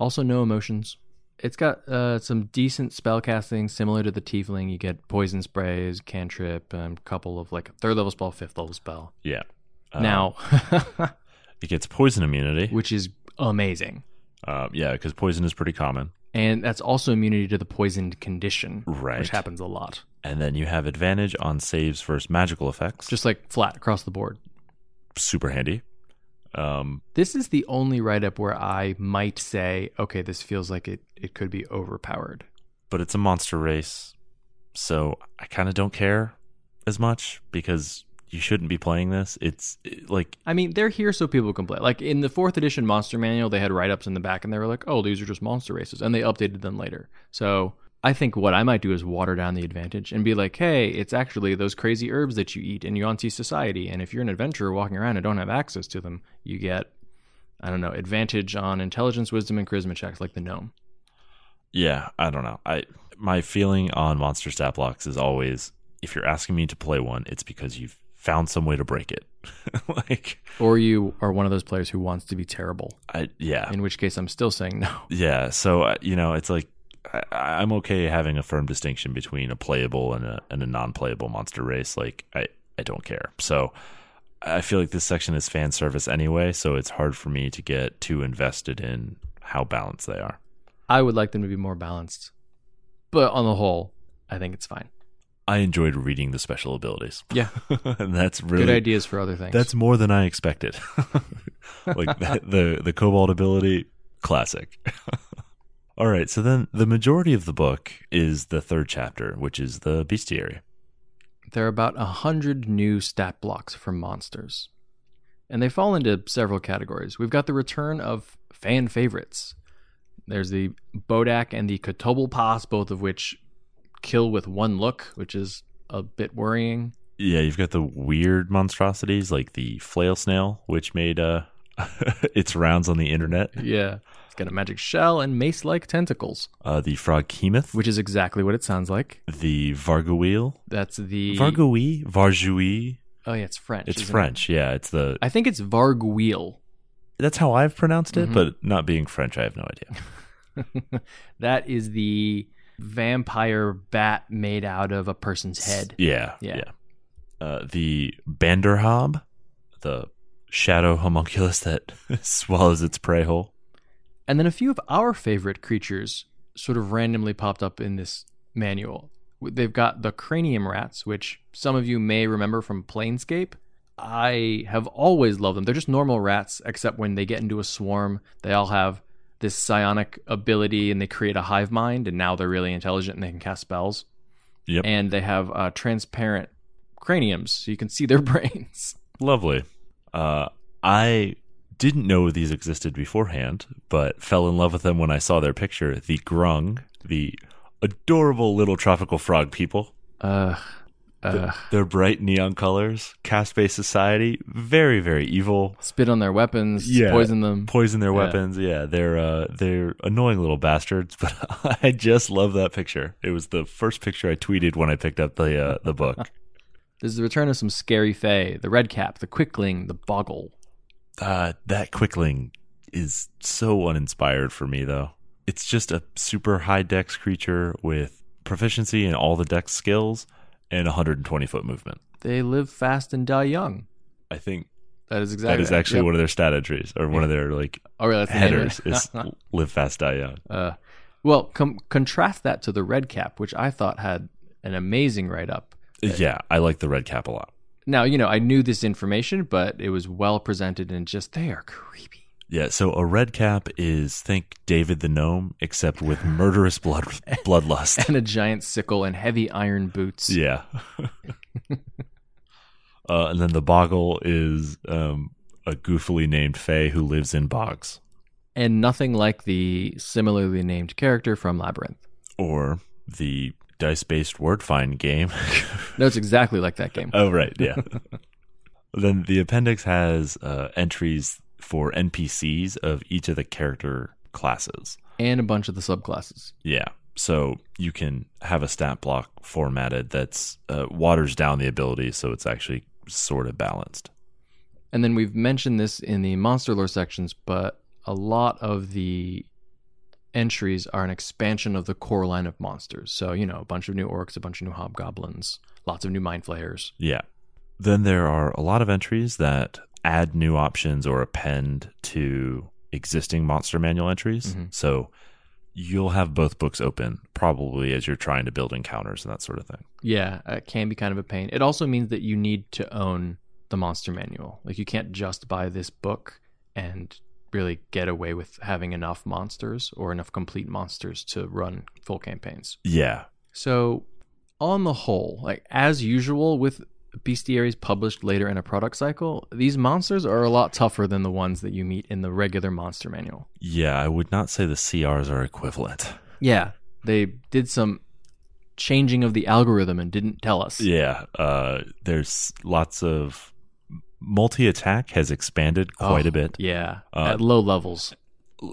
S2: Also, no emotions. It's got uh, some decent spell casting similar to the tiefling. You get poison sprays, cantrip, and a couple of like third level spell, fifth level spell.
S1: yeah Uh,
S2: now,
S1: it gets poison immunity
S2: which is amazing.
S1: uh, yeah because poison is pretty common
S2: And that's also immunity to the poisoned condition,
S1: Right.
S2: which happens a lot.
S1: and then you have advantage on saves versus magical effects
S2: just like flat across the board.
S1: super handy um,
S2: This is the only write up where I might say, okay, this feels like it, it could be overpowered.
S1: but it's a monster race, so I kind of don't care as much because you shouldn't be playing this. It's it- like
S2: I mean, they're here so people can play. Like in the fourth edition monster manual, they had write ups in the back and they were like, oh, these are just monster races. And they updated them later. So I think what I might do is water down the advantage and be like, hey, it's actually those crazy herbs that you eat in Yonti society. And if you're an adventurer walking around and don't have access to them, you get, I don't know, advantage on intelligence, wisdom, and charisma checks like the gnome.
S1: yeah, I don't know. I my feeling on monster stat blocks is always if you're asking me to play one, it's because you've found some way to break it. like
S2: Or you are one of those players who wants to be terrible.
S1: I yeah.
S2: In which case, I'm still saying no.
S1: yeah so uh, you know it's like I, i'm okay having a firm distinction between a playable and a, and a non-playable monster race like i i don't care so i feel like this section is fan service anyway so it's hard for me to get too invested in how balanced they are
S2: I would like them to be more balanced. But on the whole, I think it's fine.
S1: i enjoyed reading the special abilities
S2: Yeah.
S1: and that's really
S2: Good ideas for other things.
S1: that's more than i expected like that, the the cobalt ability classic all right so then the majority of the book is the third chapter which is the bestiary
S2: there are about a hundred new stat blocks for monsters. And they fall into several categories. We've got the return of fan favorites. There's the Bodak and the Kotobal Pass, both of which kill with one look, which is a bit worrying.
S1: Yeah, you've got the weird monstrosities like the flail snail, which made uh, its rounds on the internet.
S2: Yeah. It's got a magic shell and mace like tentacles,
S1: Uh, the frog hemoth,
S2: which is exactly what it sounds like.
S1: the vargouil,
S2: That's the.
S1: vargoui, varjoui.
S2: Oh, yeah, it's French.
S1: It's
S2: isn't it?
S1: French, yeah. It's the
S2: I think it's Varguil.
S1: that's how I've pronounced it,
S2: Mhm.
S1: but not being French, I have no idea.
S2: that is the vampire bat made out of a person's head.
S1: Yeah, yeah.
S2: Yeah.
S1: Uh, the banderhob, the shadow homunculus that swallows its prey whole.
S2: And then a few of our favorite creatures sort of randomly popped up in this manual. They've got the cranium rats, which some of you may remember from Planescape. I have always loved them. They're just normal rats, except when they get into a swarm, they all have this psionic ability and they create a hive mind and now they're really intelligent and they can cast spells.
S1: Yep.
S2: And they have uh, transparent craniums so you can see their brains.
S1: Lovely. Uh, I didn't know these existed beforehand, but fell in love with them when I saw their picture. The grung, the adorable little tropical frog people.
S2: Uh,
S1: Th-
S2: uh,
S1: Their bright neon colors, caste based society, very, very evil.
S2: spit on their weapons,
S1: Yeah.
S2: poison them.
S1: Poison their
S2: Yeah.
S1: weapons. Yeah, they're uh, they're annoying little bastards. But I just love that picture. It was the first picture I tweeted when I picked up the uh, the book.
S2: This is the return of some scary fae, the red cap, the quickling, the boggle.
S1: Uh, that Quickling is so uninspired for me, though. It's just a super high dex creature with proficiency in all the dex skills and 120 foot movement.
S2: They live fast and die young.
S1: I think
S2: That is exactly
S1: that is actually
S2: Yep.
S1: one of their stat entries or one of their like
S2: Oh, really? That's the name of
S1: headers
S2: it.
S1: is live fast, die young.
S2: Uh, well, com- contrast that to the red cap, which I thought had an amazing write up.
S1: Yeah, I like the red cap a lot.
S2: Now, you know, I knew this information, but it was well presented and just they are creepy.
S1: Yeah, so a red cap is think David the gnome except with murderous blood bloodlust.
S2: And a giant sickle and heavy iron boots.
S1: Yeah. uh, and then the Boggle is um, a goofily named Fae who lives in bogs
S2: And nothing like the similarly named character from Labyrinth.
S1: or the dice based word find game.
S2: No, it's exactly like that game.
S1: oh, right. Yeah. then the appendix has uh, entries for NPCs of each of the character classes.
S2: and a bunch of the subclasses.
S1: Yeah. So you can have a stat block formatted that's uh, waters down the ability so it's actually sort of balanced.
S2: And then we've mentioned this in the monster lore sections, but a lot of the entries are an expansion of the core line of monsters. So, you know, a bunch of new orcs, a bunch of new hobgoblins, lots of new mind flayers.
S1: Yeah. Then there are a lot of entries that add new options or append to existing monster manual entries.
S2: Mhm.
S1: So you'll have both books open probably as you're trying to build encounters and that sort of thing.
S2: Yeah, it can be kind of a pain. It also means that you need to own the monster manual. Like, you can't just buy this book and really get away with having enough monsters or enough complete monsters to run full campaigns.
S1: Yeah.
S2: So, on the whole, like as usual with bestiaries published later in a product cycle, these monsters are a lot tougher than the ones that you meet in the regular monster manual.
S1: Yeah, I would not say the CRs are equivalent.
S2: Yeah, they did some changing of the algorithm and didn't tell us.
S1: Yeah, uh, there's lots of multi attack has expanded
S2: Oh,
S1: quite a bit.
S2: Yeah,
S1: Uh,
S2: at low levels.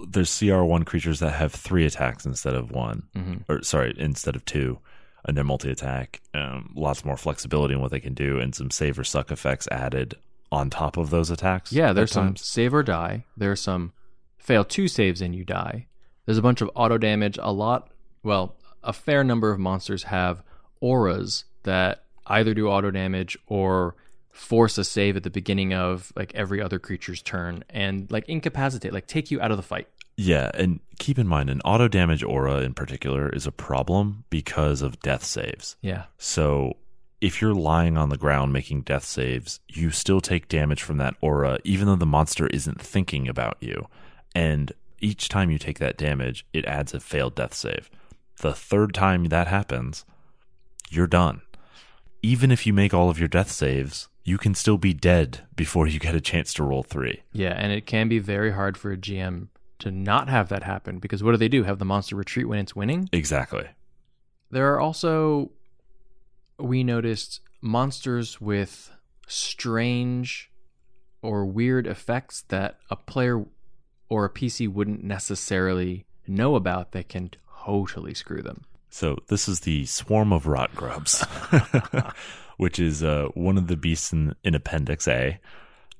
S1: There's CR1 creatures that have three attacks instead of one.
S2: hmm
S1: or sorry, instead of two, and their multi attack. Um, lots more flexibility in what they can do, and some save or suck effects added on top of those attacks.
S2: Yeah,
S1: at
S2: there's some
S1: times.
S2: save or die. There's some fail two saves and you die. There's a bunch of auto damage. A lot, well, a fair number of monsters have auras that either do auto damage or force a save at the beginning of like every other creature's turn and like incapacitate, like take you out of the fight.
S1: Yeah, and keep in mind, an auto damage aura in particular is a problem because of death saves.
S2: Yeah.
S1: So if you're lying on the ground making death saves, you still take damage from that aura, even though the monster isn't thinking about you. And each time you take that damage, it adds a failed death save. The third time that happens, you're done. Even if you make all of your death saves, you can still be dead before you get a chance to roll three.
S2: Yeah, and it can be very hard for a GM to not have that happen because what do they do? Have the monster retreat when it's winning?
S1: Exactly.
S2: There are also, we noticed, monsters with strange or weird effects that a player or a PC wouldn't necessarily know about that can totally screw them.
S1: So this is the swarm of rot grubs, which is uh, one of the beasts in, in Appendix A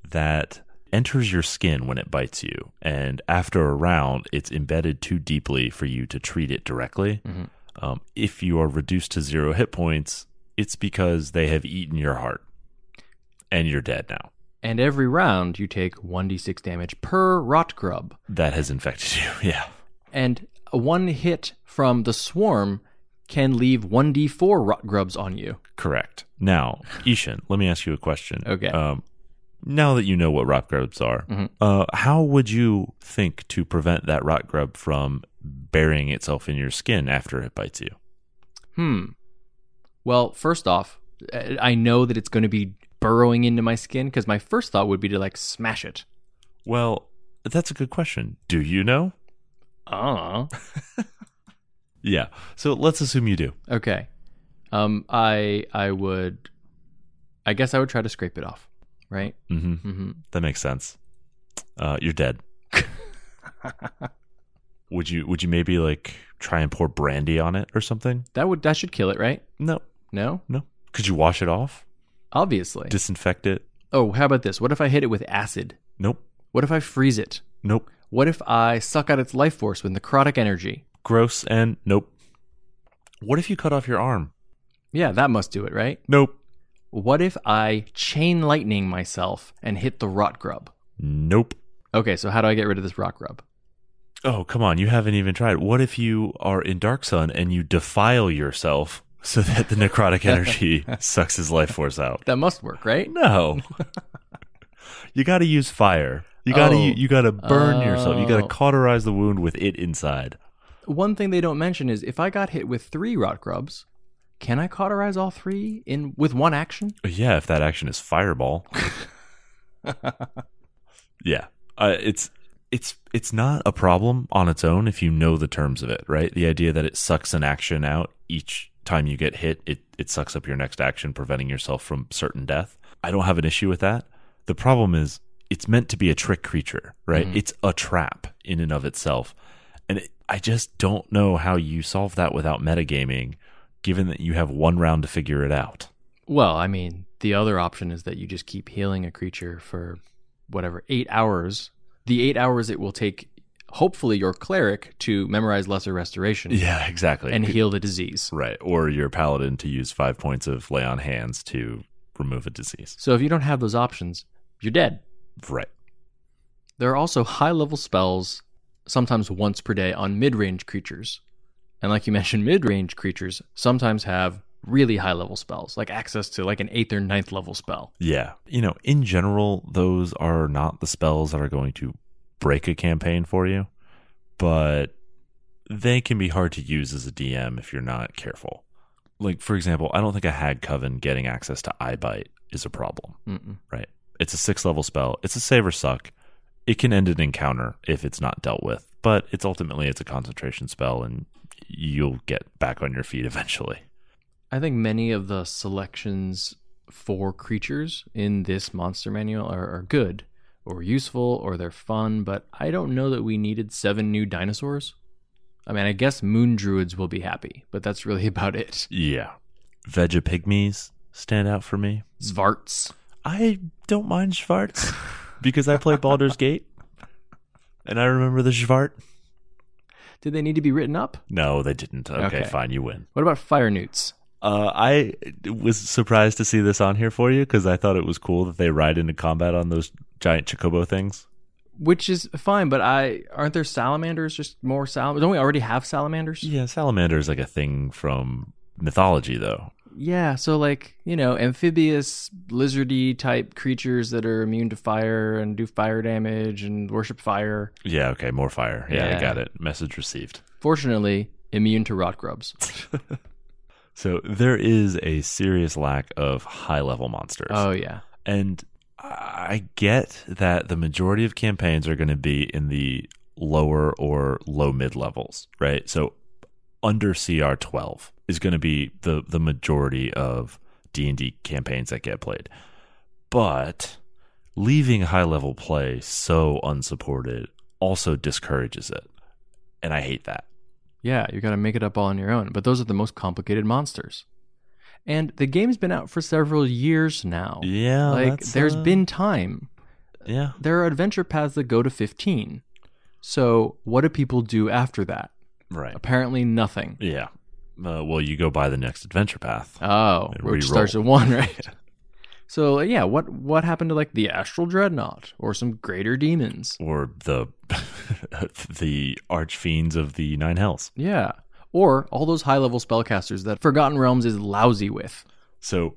S1: that enters your skin when it bites you, and after a round, it's embedded too deeply for you to treat it directly.
S2: Mhm.
S1: Um, if you are reduced to zero hit points, it's because they have eaten your heart, and you're dead now.
S2: And every round, you take 1d6 damage per rot grub.
S1: That has infected you. Yeah.
S2: And one hit from the swarm can leave 1d4 rot grubs on you.
S1: Correct. Now, Ishan, let me ask you a question.
S2: Okay.
S1: Um, now that you know what rock grubs are,
S2: Mhm.
S1: uh, how would you think to prevent that rock grub from burying itself in your skin after it bites you?
S2: Hmm. Well, first off, I I know that it's going to be burrowing into my skin because my first thought would be to like smash it.
S1: Well, that's a good question. Do you know?
S2: Oh.
S1: Yeah. So let's assume you do.
S2: Okay. Um, I I would, I guess I would try to scrape it off, right?
S1: hmm
S2: Mm-hmm.
S1: That makes sense. Uh, you're dead. Would you? Would you maybe like try and pour brandy on it or something?
S2: That would that should kill it, right?
S1: No.
S2: No,
S1: No. Could you wash it off?
S2: obviously.
S1: Disinfect it?
S2: oh, how about this? What if I hit it with acid?
S1: Nope.
S2: What if I freeze it?
S1: Nope.
S2: What if I suck out its life force with necrotic energy?
S1: Gross and nope. What if you cut off your arm?
S2: Yeah, that must do it, right?
S1: Nope.
S2: What if I chain lightning myself and hit the rot grub?
S1: Nope.
S2: Okay, so how do I get rid of this rot grub?
S1: Oh, come on. You haven't even tried. What if you are in Dark Sun and you defile yourself so that the necrotic energy sucks his life force out?
S2: That must work, right?
S1: No. you got to use fire. You got to
S2: Oh.
S1: you, got to burn yourself. You got to
S2: Oh.
S1: cauterize the wound with it inside.
S2: One thing they don't mention is if I got hit with three rot grubs, can I cauterize all three in with one action?
S1: Yeah, if that action is fireball. yeah. Uh, it's it's it's not a problem on its own if you know the terms of it, right? The idea that it sucks an action out each time you get hit, it it sucks up your next action preventing yourself from certain death. I don't have an issue with that. The problem is it's meant to be a trick creature, right? It's a trap in and of itself. And it, I just don't know how you solve that without metagaming given that you have one round to figure it out.
S2: Well, I mean, the other option is that you just keep healing a creature for whatever, eight hours. The eight hours it will take, hopefully, your cleric to memorize Lesser Restoration
S1: Yeah, exactly.
S2: and heal the disease.
S1: Right. Or your paladin to use five points of lay on hands to remove a disease.
S2: So if you don't have those options, you're dead.
S1: Right.
S2: There are also high level spells, sometimes once per day, on mid range creatures. And like you mentioned, mid range creatures sometimes have really high level spells, like access to like an eighth or ninth level spell.
S1: Yeah. You know, in general, those are not the spells that are going to break a campaign for you, but they can be hard to use as a DM if you're not careful. Like, for example, I don't think a Hag Coven getting access to Eye Bite is a problem.
S2: Mm-mm.
S1: right? It's a six level spell. It's a save or suck. It can end an encounter if it's not dealt with, but it's ultimately it's a concentration spell, and you'll get back on your feet eventually.
S2: I think many of the selections for creatures in this monster manual are, are good or useful or they're fun, but I don't know that we needed seven new dinosaurs. I mean, I guess moon druids will be happy, but that's really about it.
S1: Yeah, Veggie pygmies stand out for me.
S2: Zvarts.
S1: I don't mind Schwartz because I play Baldur's Gate, and I remember the Schwart.
S2: Did they need to be written up?
S1: No, they didn't. Okay,
S2: Okay.
S1: fine, you win.
S2: What about fire newts?
S1: Uh, I was surprised to see this on here for you because I thought it was cool that they ride into combat on those giant chocobo things.
S2: Which is fine, but I aren't there salamanders? Just more salamanders? Don't we already have salamanders?
S1: Yeah, salamander is like a thing from mythology, though.
S2: Yeah, so like, you know, amphibious, lizardy type creatures that are immune to fire and do fire damage and worship fire.
S1: Yeah, okay, more fire. Yeah,
S2: Yeah.
S1: I got it. Message received.
S2: Fortunately, immune to rot grubs.
S1: So there is a serious lack of high level monsters.
S2: Oh, yeah.
S1: and I get that the majority of campaigns are going to be in the lower or low mid levels, right? So under CR 12 is going to be the the majority of D&D campaigns that get played. But leaving high level play so unsupported also discourages it. And I hate that.
S2: Yeah, you got to make it up all on your own. But those are the most complicated monsters. And the game's been out for several years now.
S1: Yeah,
S2: like,
S1: that's,
S2: there's
S1: uh,
S2: been time.
S1: yeah.
S2: There are adventure paths that go to 15. So, what do people do after that?
S1: Right.
S2: Apparently, nothing.
S1: Yeah. Uh, well, you go by the next adventure path.
S2: Oh,
S1: And
S2: which
S1: reroll.
S2: starts at one, right? so yeah, what what happened to like the astral dreadnought or some greater demons?
S1: or the the archfiends of the nine hells.
S2: Yeah, or all those high level spellcasters that Forgotten Realms is lousy with.
S1: So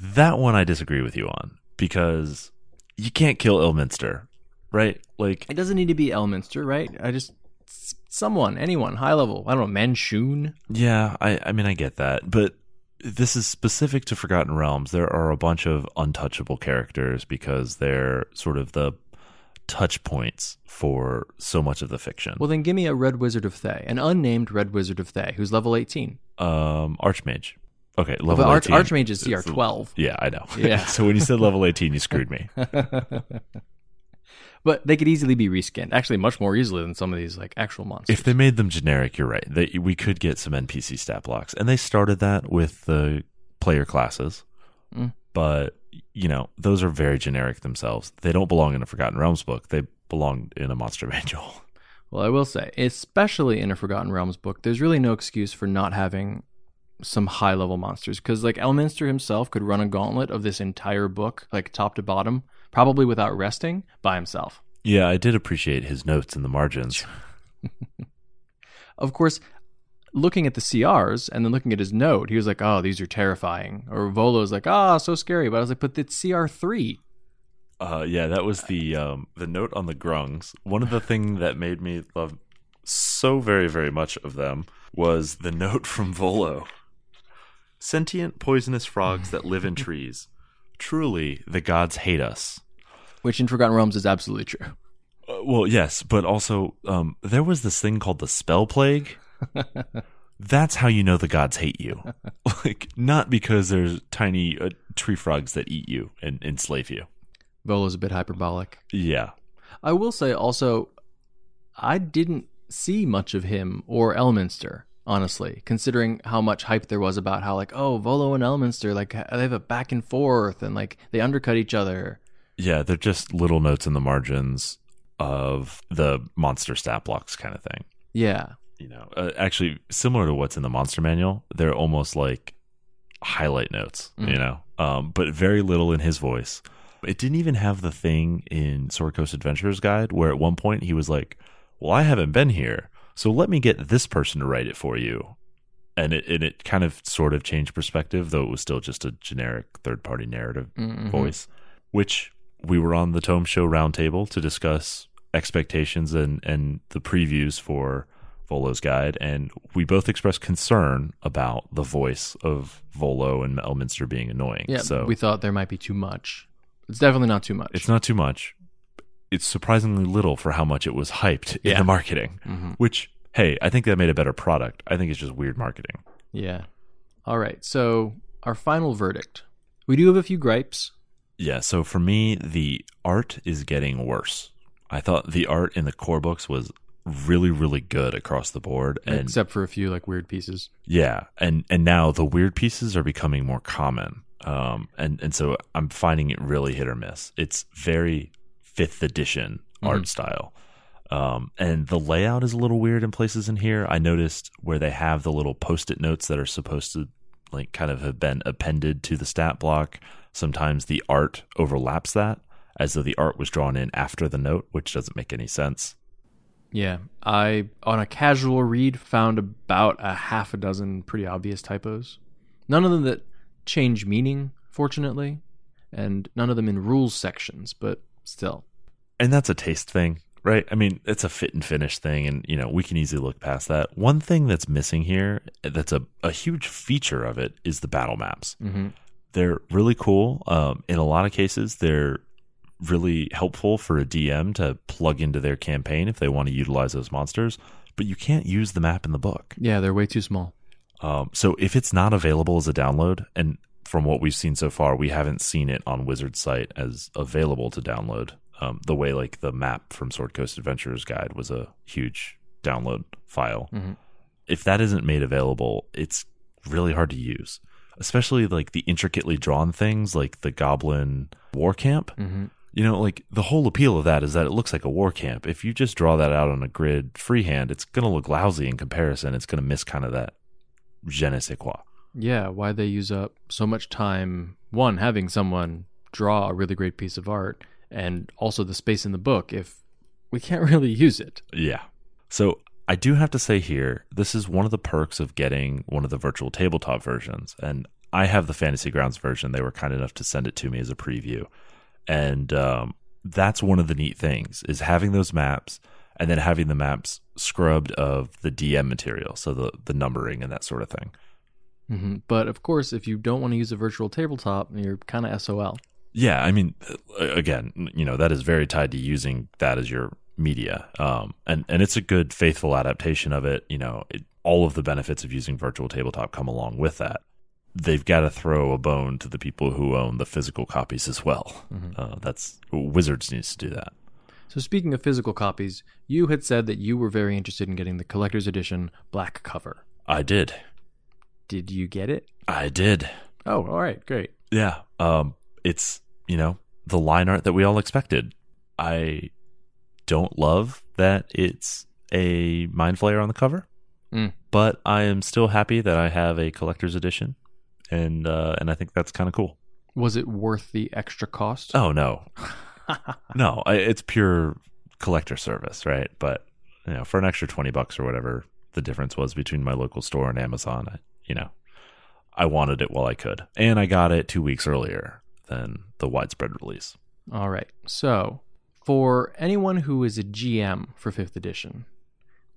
S1: that one I disagree with you on because you can't kill Ilminster, right? Like
S2: It doesn't need to be Elminster, right? I just s- someone, anyone, high level. I don't know, Manchun.
S1: Yeah, I, I mean, I get that, but this is specific to Forgotten Realms. There are a bunch of untouchable characters because they're sort of the touch points for so much of the fiction.
S2: Well, then give me a Red Wizard of Thay, an unnamed Red Wizard of Thay, who's level 18.
S1: um, Archmage. Okay, level
S2: But Arch-
S1: 18.
S2: Archmage is CR 12.
S1: Yeah, I know.
S2: Yeah.
S1: so when you said level 18, you screwed me.
S2: but they could easily be reskinned. Actually, much more easily than some of these like actual monsters.
S1: If they made them generic, you're right. They, we could get some NPC stat blocks, and they started that with the player classes.
S2: Mm.
S1: But you know, those are very generic themselves. They don't belong in a Forgotten Realms book. They belong in a monster manual.
S2: Well, I will say, especially in a Forgotten Realms book, there's really no excuse for not having some high level monsters because like Elminster himself could run a gauntlet of this entire book, like top to bottom, probably without resting by himself.
S1: Yeah, I did appreciate his notes in the margins.
S2: Of course, looking at the CRs and then looking at his note, he was like, "Oh, these are terrifying." Or Volo's like, "Ah, so scary." But I was like, "But it's CR three.
S1: Uh, yeah, that was the um, the note on the grungs. One of the thing that made me love so very very much of them was the note from Volo. Sentient poisonous frogs that live in trees. Truly, the gods hate us.
S2: which in Forgotten Realms is absolutely true.
S1: Uh, well, yes, but also um, there was this thing called the spell plague. That's how you know the gods hate you, like not because there's tiny uh, tree frogs that eat you and enslave you.
S2: Volo's a bit hyperbolic.
S1: Yeah,
S2: I will say also, I didn't see much of him or Elminster, honestly, considering how much hype there was about how, like, oh, Volo and Elminster, like, they have a back and forth and, like, they undercut each other.
S1: Yeah, they're just little notes in the margins of the monster stat blocks kind of thing.
S2: Yeah.
S1: You know, uh, actually similar to what's in the monster manual, they're almost like highlight notes,
S2: Mm.
S1: you know, um, but very little in his voice. It didn't even have the thing in Sword Coast Adventurer's Guide where at one point he was like, Well, I haven't been here, so let me get this person to write it for you. And it, and it kind of sort of changed perspective, though it was still just a generic third party narrative
S2: Mhm.
S1: voice, which we were on the Tome Show roundtable to discuss expectations and, and the previews for Volo's guide. And we both expressed concern about the voice of Volo and Elminster being annoying.
S2: Yeah.
S1: so
S2: we thought there might be too much. It's definitely not too much.
S1: it's not too much. It's surprisingly little for how much it was hyped in
S2: Yeah.
S1: the marketing,
S2: Mhm.
S1: which, hey, I think that made a better product. I think it's just weird marketing.
S2: Yeah. All right. So, our final verdict. We do have a few gripes.
S1: Yeah, so for me, the art is getting worse. I thought the art in the core books was really, really good across the board, and
S2: except for a few like weird pieces.
S1: yeah, and and now the weird pieces are becoming more common, um, and and so I'm finding it really hit or miss. It's very fifth edition art style, um, and the layout is a little weird in places in here. I noticed where they have the little post-it notes that are supposed to like kind of have been appended to the stat block. Sometimes the art overlaps that, as though the art was drawn in after the note, which doesn't make any sense.
S2: Yeah, I on a casual read found about a half a dozen pretty obvious typos. None of them that change meaning, fortunately, and none of them in rules sections, but still.
S1: and that's a taste thing right i mean it's a fit and finish thing and you know we can easily look past that one thing that's missing here that's a, a huge feature of it is the battle maps
S2: Mm-hmm.
S1: they're really cool um, in a lot of cases they're really helpful for a dm to plug into their campaign if they want to utilize those monsters but you can't use the map in the book
S2: Yeah, they're way too small.
S1: um, so if it's not available as a download, and from what we've seen so far, we haven't seen it on Wizard's site as available to download. Um, the way like the map from Sword Coast Adventurer's Guide was a huge download file.
S2: Mhm.
S1: If that isn't made available, it's really hard to use. Especially like the intricately drawn things, like the Goblin War Camp.
S2: Mm-hmm.
S1: You know, like the whole appeal of that is that it looks like a war camp. If you just draw that out on a grid freehand, it's going to look lousy in comparison. It's going to miss kind of that je ne sais quoi.
S2: Yeah, why they use up so much time? One, having someone draw a really great piece of art, and also the space in the book if we can't really use it.
S1: Yeah. So I do have to say here, this is one of the perks of getting one of the virtual tabletop versions. And I have the Fantasy Grounds version. They were kind enough to send it to me as a preview. and um, that's one of the neat things is having those maps and then having the maps scrubbed of the DM material, so the the numbering and that sort of thing.
S2: hmm But of course, if you don't want to use a virtual tabletop, you're kind of SOL.
S1: Yeah, I mean, uh, again, you know, that is very tied to using that as your media, um, and and it's a good faithful adaptation of it. You know, it, all of the benefits of using virtual tabletop come along with that. They've got to throw a bone to the people who own the physical copies as well.
S2: Mm-hmm.
S1: Uh, that's Wizards needs to do that.
S2: So speaking of physical copies, you had said that you were very interested in getting the collector's edition black cover.
S1: I did,
S2: Did you get it?
S1: I did.
S2: Oh, all right, great.
S1: Yeah. Um, it's, you know, the line art that we all expected. I don't love that it's a Mind Flayer on the cover,
S2: Mm.
S1: but I am still happy that I have a collector's edition. And uh, and I think that's kind of cool.
S2: Was it worth the extra cost?
S1: Oh no, no, I, it's pure collector service, right? But you know, for an extra twenty bucks or whatever the difference was between my local store and Amazon, I, you know, I wanted it while I could, and I got it two weeks earlier than the widespread release.
S2: All right. So, for anyone who is a GM for 5th edition,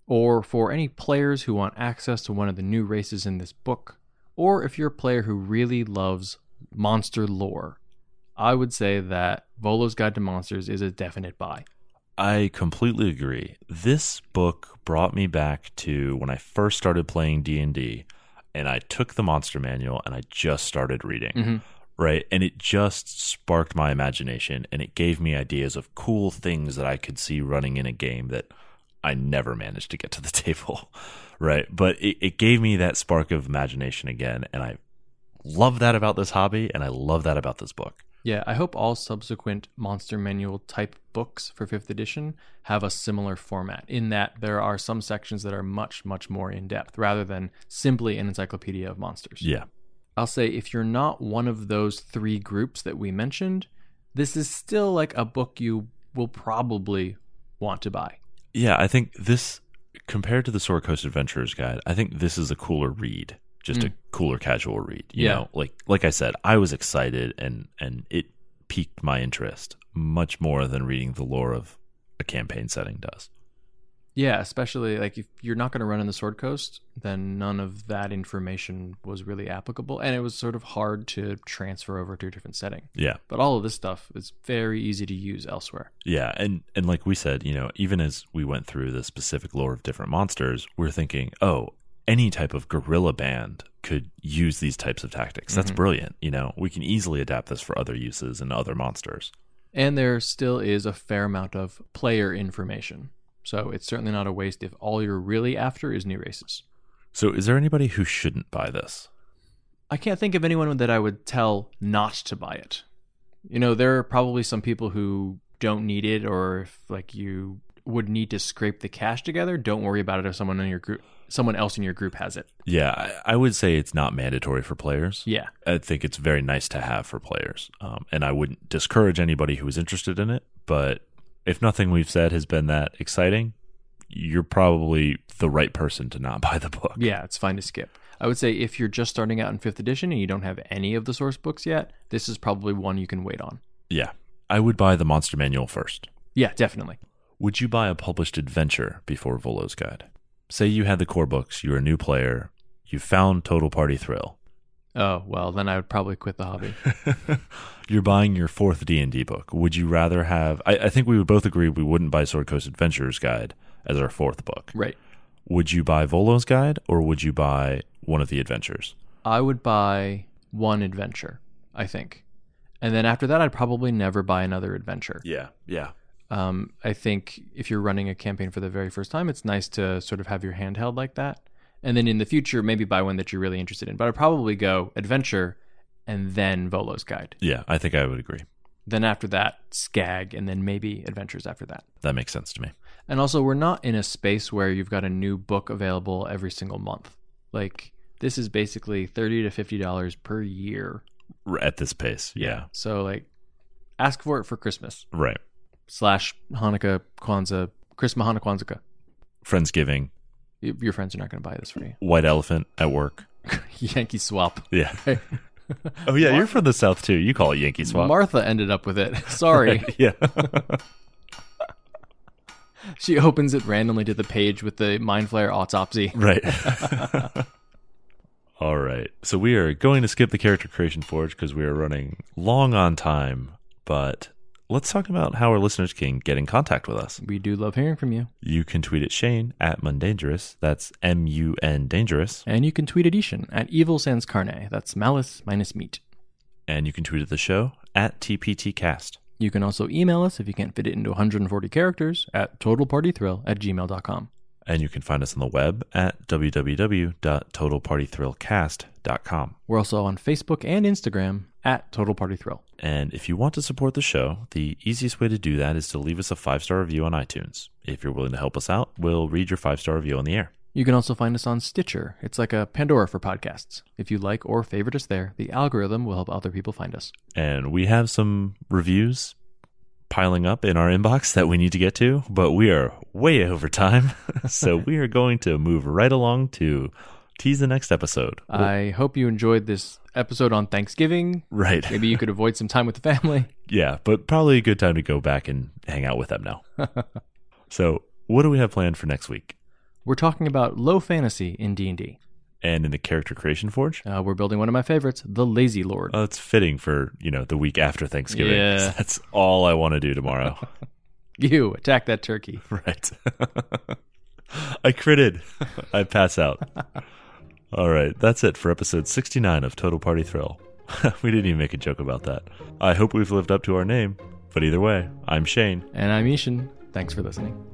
S2: or for any players who want access to one of the new races in this book, or if you're a player who really loves monster lore, I would say that Volo's Guide to Monsters is a definite buy.
S1: I completely agree. This book brought me back to when I first started playing D&D and I took the monster manual and I just started reading,
S2: Mhm.
S1: right? And it just sparked my imagination and it gave me ideas of cool things that I could see running in a game that I never managed to get to the table, right? But it, it gave me that spark of imagination again and I love that about this hobby and I love that about this book.
S2: Yeah, I hope all subsequent Monster Manual type books for 5th edition have a similar format in that there are some sections that are much, much more in depth rather than simply an encyclopedia of monsters.
S1: Yeah.
S2: I'll say if you're not one of those three groups that we mentioned, this is still like a book you will probably want to buy.
S1: Yeah, I think this compared to the Sword Coast Adventurers Guide, I think this is a cooler read, just a cooler casual read. You
S2: Yeah.
S1: know, like like I said, I was excited and and it piqued my interest much more than reading the lore of a campaign setting does.
S2: Yeah, especially like if you're not going to run in the Sword Coast, then none of that information was really applicable. And it was sort of hard to transfer over to a different setting.
S1: Yeah.
S2: But all of this stuff is very easy to use elsewhere.
S1: Yeah, and and like we said, you know, even as we went through the specific lore of different monsters, we're thinking, oh, any type of guerrilla band could use these types of tactics. That's
S2: Mhm.
S1: brilliant. You know, we can easily adapt this for other uses and other monsters.
S2: And there still is a fair amount of player information. So it's certainly not a waste if all you're really after is new races.
S1: So, is there anybody who shouldn't buy this?
S2: I can't think of anyone that I would tell not to buy it. You know, there are probably some people who don't need it, or if like you would need to scrape the cash together, don't worry about it if someone in your group, someone else in your group has it.
S1: Yeah, I, I would say it's not mandatory for players.
S2: Yeah,
S1: I think it's very nice to have for players. Um, and I wouldn't discourage anybody who is interested in it. But if nothing we've said has been that exciting, you're probably the right person to not buy the book.
S2: yeah, it's fine to skip. I would say if you're just starting out in fifth edition and you don't have any of the source books yet, this is probably one you can wait on.
S1: Yeah. I would buy the Monster Manual first.
S2: Yeah, definitely.
S1: Would you buy a published adventure before Volo's Guide? Say you had the core books, you're a new player, you found Total Party Thrill.
S2: Oh well, then I would probably quit the hobby.
S1: you're buying your fourth d&d book would you rather have I, I think we would both agree we wouldn't buy sword coast adventurers guide as our fourth book
S2: right.
S1: would you buy volo's guide or would you buy one of the adventures
S2: I would buy one adventure, I think. And then after that, I'd probably never buy another adventure.
S1: yeah yeah
S2: Um, I think if you're running a campaign for the very first time, it's nice to sort of have your hand held like that. And then in the future, maybe buy one that you're really interested in. But I'd probably go adventure and then Volo's Guide.
S1: yeah i think i would agree
S2: Then after that, Skag, and then maybe adventures after that.
S1: that makes sense to me
S2: And also, we're not in a space where you've got a new book available every single month. Like, this is basically 30 to $50 per year
S1: R- at this pace yeah,
S2: So like, ask for it for Christmas
S1: right
S2: slash Hanukkah, Kwanzaa, Christmas, Hanukkah, Kwanzaa.
S1: friendsgiving
S2: Y- Your friends are not going to buy this for you.
S1: white elephant at work
S2: Yankee swap.
S1: yeah Oh yeah, you're from the South too. You call it Yankee Swap.
S2: Martha ended up with it. Sorry.
S1: Right, yeah.
S2: She opens it randomly to the page with the mind flare autopsy.
S1: Right. All right. So we are going to skip the character creation forge because we are running long on time. But let's talk about how our listeners can get in contact with us.
S2: We do love hearing from you.
S1: You can tweet at Shane at Mundangerous. That's M U N Dangerous.
S2: And you can tweet at Ishan at Evil Sans Carne. That's malice minus meat.
S1: And you can tweet at the show at TPTcast.
S2: You can also email us if you can't fit it into 140 characters at totalpartythrill at gmail.com.
S1: And you can find us on the web at www.totalpartythrillcast.com.
S2: We're also on Facebook and Instagram at Total Party Thrill.
S1: And if you want to support the show, the easiest way to do that is to leave us a five star review on iTunes. If you're willing to help us out, we'll read your five star review on the air.
S2: You can also find us on Stitcher. It's like a Pandora for podcasts. If you like or favorite us there, the algorithm will help other people find us.
S1: And we have some reviews piling up in our inbox that we need to get to, but we are way over time. so we are going to move right along to tease the next episode.
S2: I hope you enjoyed this episode on Thanksgiving.
S1: right.
S2: Maybe you could avoid some time with the family.
S1: Yeah, but probably a good time to go back and hang out with them now. so, what do we have planned for next week?
S2: We're talking about low fantasy in D&D.
S1: And in the character creation forge?
S2: Uh, we're building one of my favorites, the Lazy Lord.
S1: Oh, it's fitting for, you know, the week after Thanksgiving.
S2: Yeah.
S1: That's all I want to do tomorrow.
S2: you attack that turkey.
S1: right. I critted. I pass out. All right. That's it for episode 69 of Total Party Thrill. we didn't even make a joke about that. I hope we've lived up to our name. But either way, I'm Shane.
S2: And I'm Ishan. Thanks for listening.